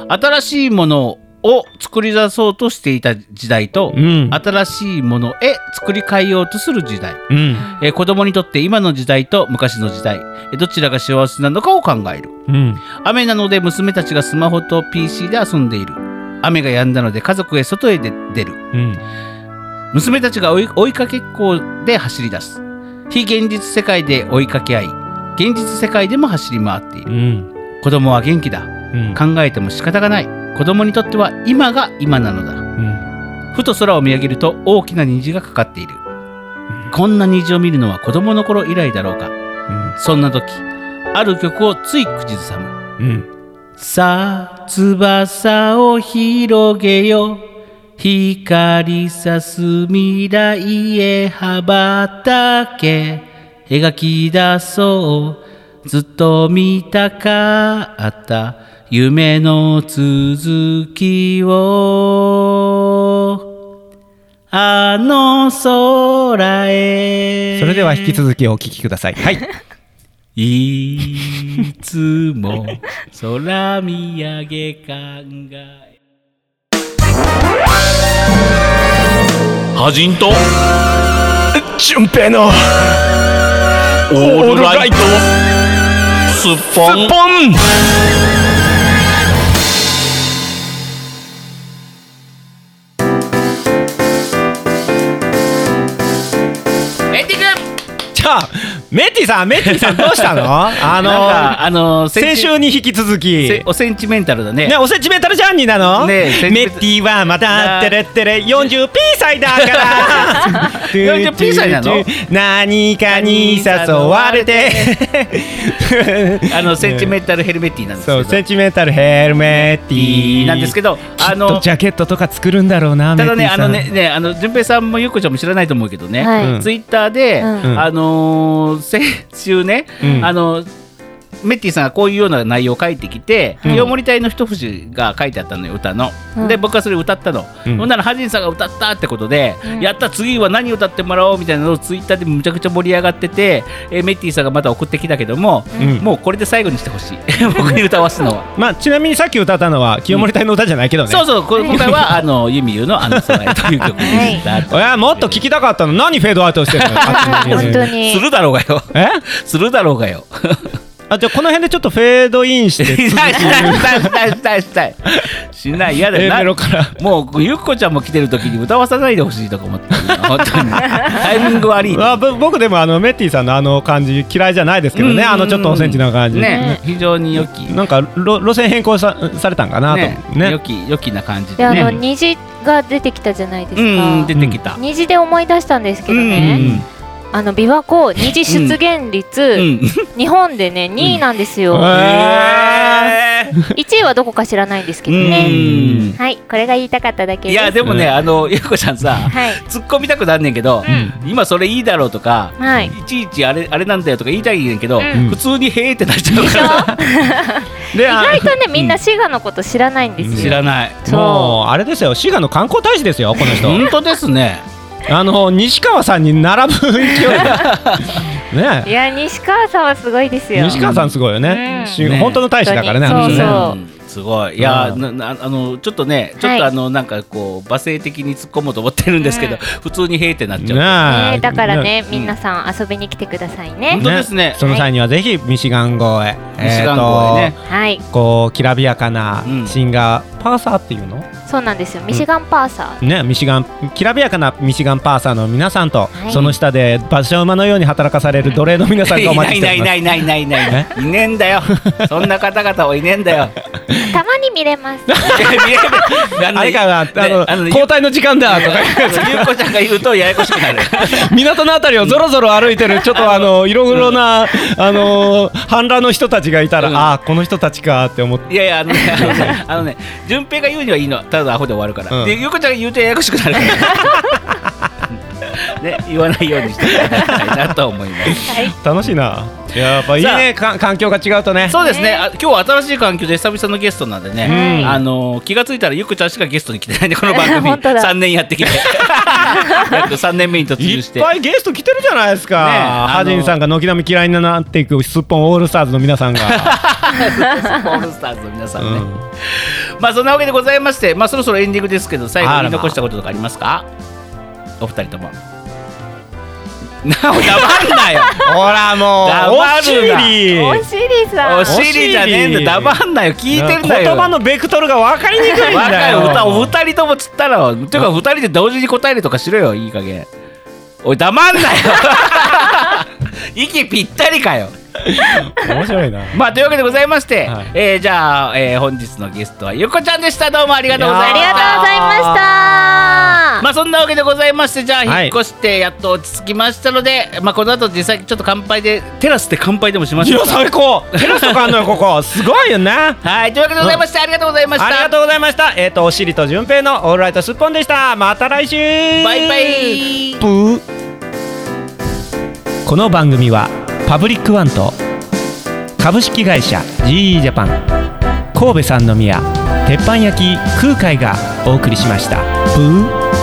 新しいものを作り出そうとしていた時代と、
うん
新しいものへ作り変えようとする時代
うん
え子供にとって今の時代と昔の時代えどちらが幸せなのかを考える
うん
雨なので娘たちがスマホと PC で遊んでいる雨が止んだので家族へ外へ出出る
うん
娘たちが追い追いかけっこで走り出す非現実世界で追いかけ合い現実世界でも走り回っている
うん
子供は元気だ
うん
考えても仕方がない子供にとっては今が今なのだふと空を見上げると大きな虹がかかっているこんな虹を見るのは子供の頃以来だろうかそんな時ある曲をつい口ずさむ
うん
さあ翼を広げよ光さす未来へ羽ばたけ描き出そうずっと見たかった夢の続きをあの空へ
それでは引き続きお聞きくださいはい
いつも空見上げ考え。
ハジンと
純平の
オールライトスッポン
ン
エンディング
じゃあメッティさんメッティさんどうしたの
な
あ
んか
の
あの
先週に引き続き
せおセンチメンタルだね。
ね、おせちメンタルジャーニーなの、
ねえ
メッティはま
な
たテレテレ 40P 歳だから
40P 歳なの
何かに誘われて
あのセンチメンタルヘルメッティなんですけ
そ
ど。
うセンチメンタルヘルメッティ
なんですけ
ど
ど、あ
あの
の
ジャケットとか作るんだろうな
ただね
メッティ
あ
さ
の
ん
ねねあの順平さんもゆっこちゃんも知らないと思うけどね。
はい。
うん
ツイッターで、
うん
あのー先週ね、
うん
あのメッティさんがこういうような内容を書いてきて「
うん
清盛隊の一節」が書いてあったのよ歌の、
うん
で僕はそれ歌ったの、
うん
ほんならハジンさんが歌ったってことで「
うん
やった次は何歌ってもらおう」みたいなのをツイッターでむちゃくちゃ盛り上がってて、えーメッティさんがまた送ってきたけども、
うん
もうこれで最後にしてほしい 僕に歌わすのは。
まあちなみにさっき歌ったのは清盛隊の歌じゃないけどね、
そうそうこ今回はあのユミユの「あの空へ」という曲でしたと。
いやもっと聞きたかっ たの何フェードアウトしてるの
本当
勝手
に
す。るだろうがよ。
え
するだろうがよ。
あじゃあこの辺でちょっとフェードインして
し ないしないしないしないしないしない嫌だ
A メ
よな
ロから
もうゆっこちゃんも来てる時に歌わさないでほしいとか思ってるよ本当 にタイミング悪い
あぼ僕でもあのメッティさんのあの感じ嫌いじゃないですけど
うんうん
ね
うん
あのちょっとおセンチな感じ、
ね非常に良き
なんか路路線変更さされたんかなと
ね
思うね
良き良きな感じ
で
で
あ
ね
の虹が出てきたじゃないです
うん
か
出てきた
虹で思い出したんですけど
うん
ねあの琵琶湖虹出現
う
率
ん
日本でね2位なんですよ
うん
えー
1位はどこか知らないんですけどね
うん
はいこれが言いたかっただけ
い
で
や
す
でもねあのゆっこちゃんさ
はい
突っ込みたくなんねんけど今それいいだろうとか
はい
いちいちあれあれなんだよとか言いたいねんけど
うん
普通に「へーって出しちゃうから
で
意
あ
外とねみんな滋賀のこと知らないんです
知
よ
らない
そ
もうあれですよ滋賀の観光大使ですよこの人
本当ですね
あの西川さんに並 ぶ勢いで
う
ね
いや西川さんはすごいですよ
西川さんすごいよね,
うん
し、
ね
本当の大使だからね
本
あの
当に
人ね
そう
うんすごいいやななあのちょっとねちょっとあのなんかこう罵声的に突っ込もうと思ってるんですけど
うん
普通に「へーってなっちゃう
ね
ね
え
だからね、
ん
皆さん遊びに来てください
本
ね。
当ですね
その際にはぜひミシガン号へ
ミシガン号へね
えー
はい、
とこうきらびやかな
うん
シンガー、パーサーっていうの
そうなんですよ。ミシガンパーサ
ねミシガンきらびやかなミシガンパーサーの皆さんと、
はい
その下で馬車馬のように働かされる奴隷の皆さん
い
がお
な
待ち
い
してお
な
り
い
ま
な
す
いないないないないいねえんだよそんな方々はいねえんだ よ
ー、たまに見れます。
あれかな、あの、
ね
交代の時間だ とか言って、
ゆうこちゃんが言うとややこしくなる
港のあたりをぞろぞろ歩いてる、ちょっとあの、いろいろな、あの、反乱の人たちがいたら、
うん
ああ、この人たちかって思って。
いやいやあのねあのねあのね順平が言うにはいいのただアホで終わるから、
うん
でゆうこちゃんが言うとややこしくなるから ね言わないようにしていただきたいなと思います
楽しいな。やっぱいいね、か環境が違うとね。
そうですねあ今日は新しい環境で久々のゲストなんでね、
うん
あの気がついたらゆうこちゃんしかゲストに来てないんでこの番
本
組
当だ
三年やってきて 約3年目に突
い
入
っ
して
ぱいゲスト来てるじゃないです
ねえあ
か。
の
ハジンさんが軒並み嫌いになっていく、すっぽんオールスターズの皆さん が。
オールスターズの皆さんね、
うん
まあそんなわけでございまして、まあそろそろエンディングですけど、最
あ
後
らま
に残したこととかありますか？お二人とも。なお黙んなよ。
ほら、もう。
黙
お
るな
尻。
おしりさん。
お尻じゃねえんだよ。黙んなよ。聞いてるんだよ。
言葉のベクトルが分かりにくいんだ
若い
よ。
歌お二人ともつったら、ていうか二人で同時に答えるとかしろよ。いい加減。おい黙ん なよ。息ぴったりかよ。
面白いな。
まあというわけでございまして、
はい
えーじゃあ、えー本日のゲストはゆっこちゃんでした。どうもありがとうござい
あ
ま
り
した。
がとうございました。
まあそんなわけでございましてじゃあ
はい
引っ越してやっと落ち着きましたので、まあこの後実際ちょっと乾杯でテラスで乾杯でもしま
い
しょう
や最高テラスとかあんのよここすごいよねあ
はいというわけでございまして、ありがとうございま
り
した
がとうございましたえっ、とおしりとじゅんぺいのオールライトすっぽんでしたまた来週
バ
バ
イバイ
プーこの番組はパブリックワンと株式会社 GE ジャパン神戸三宮鉄板焼き空海がお送りしましたプー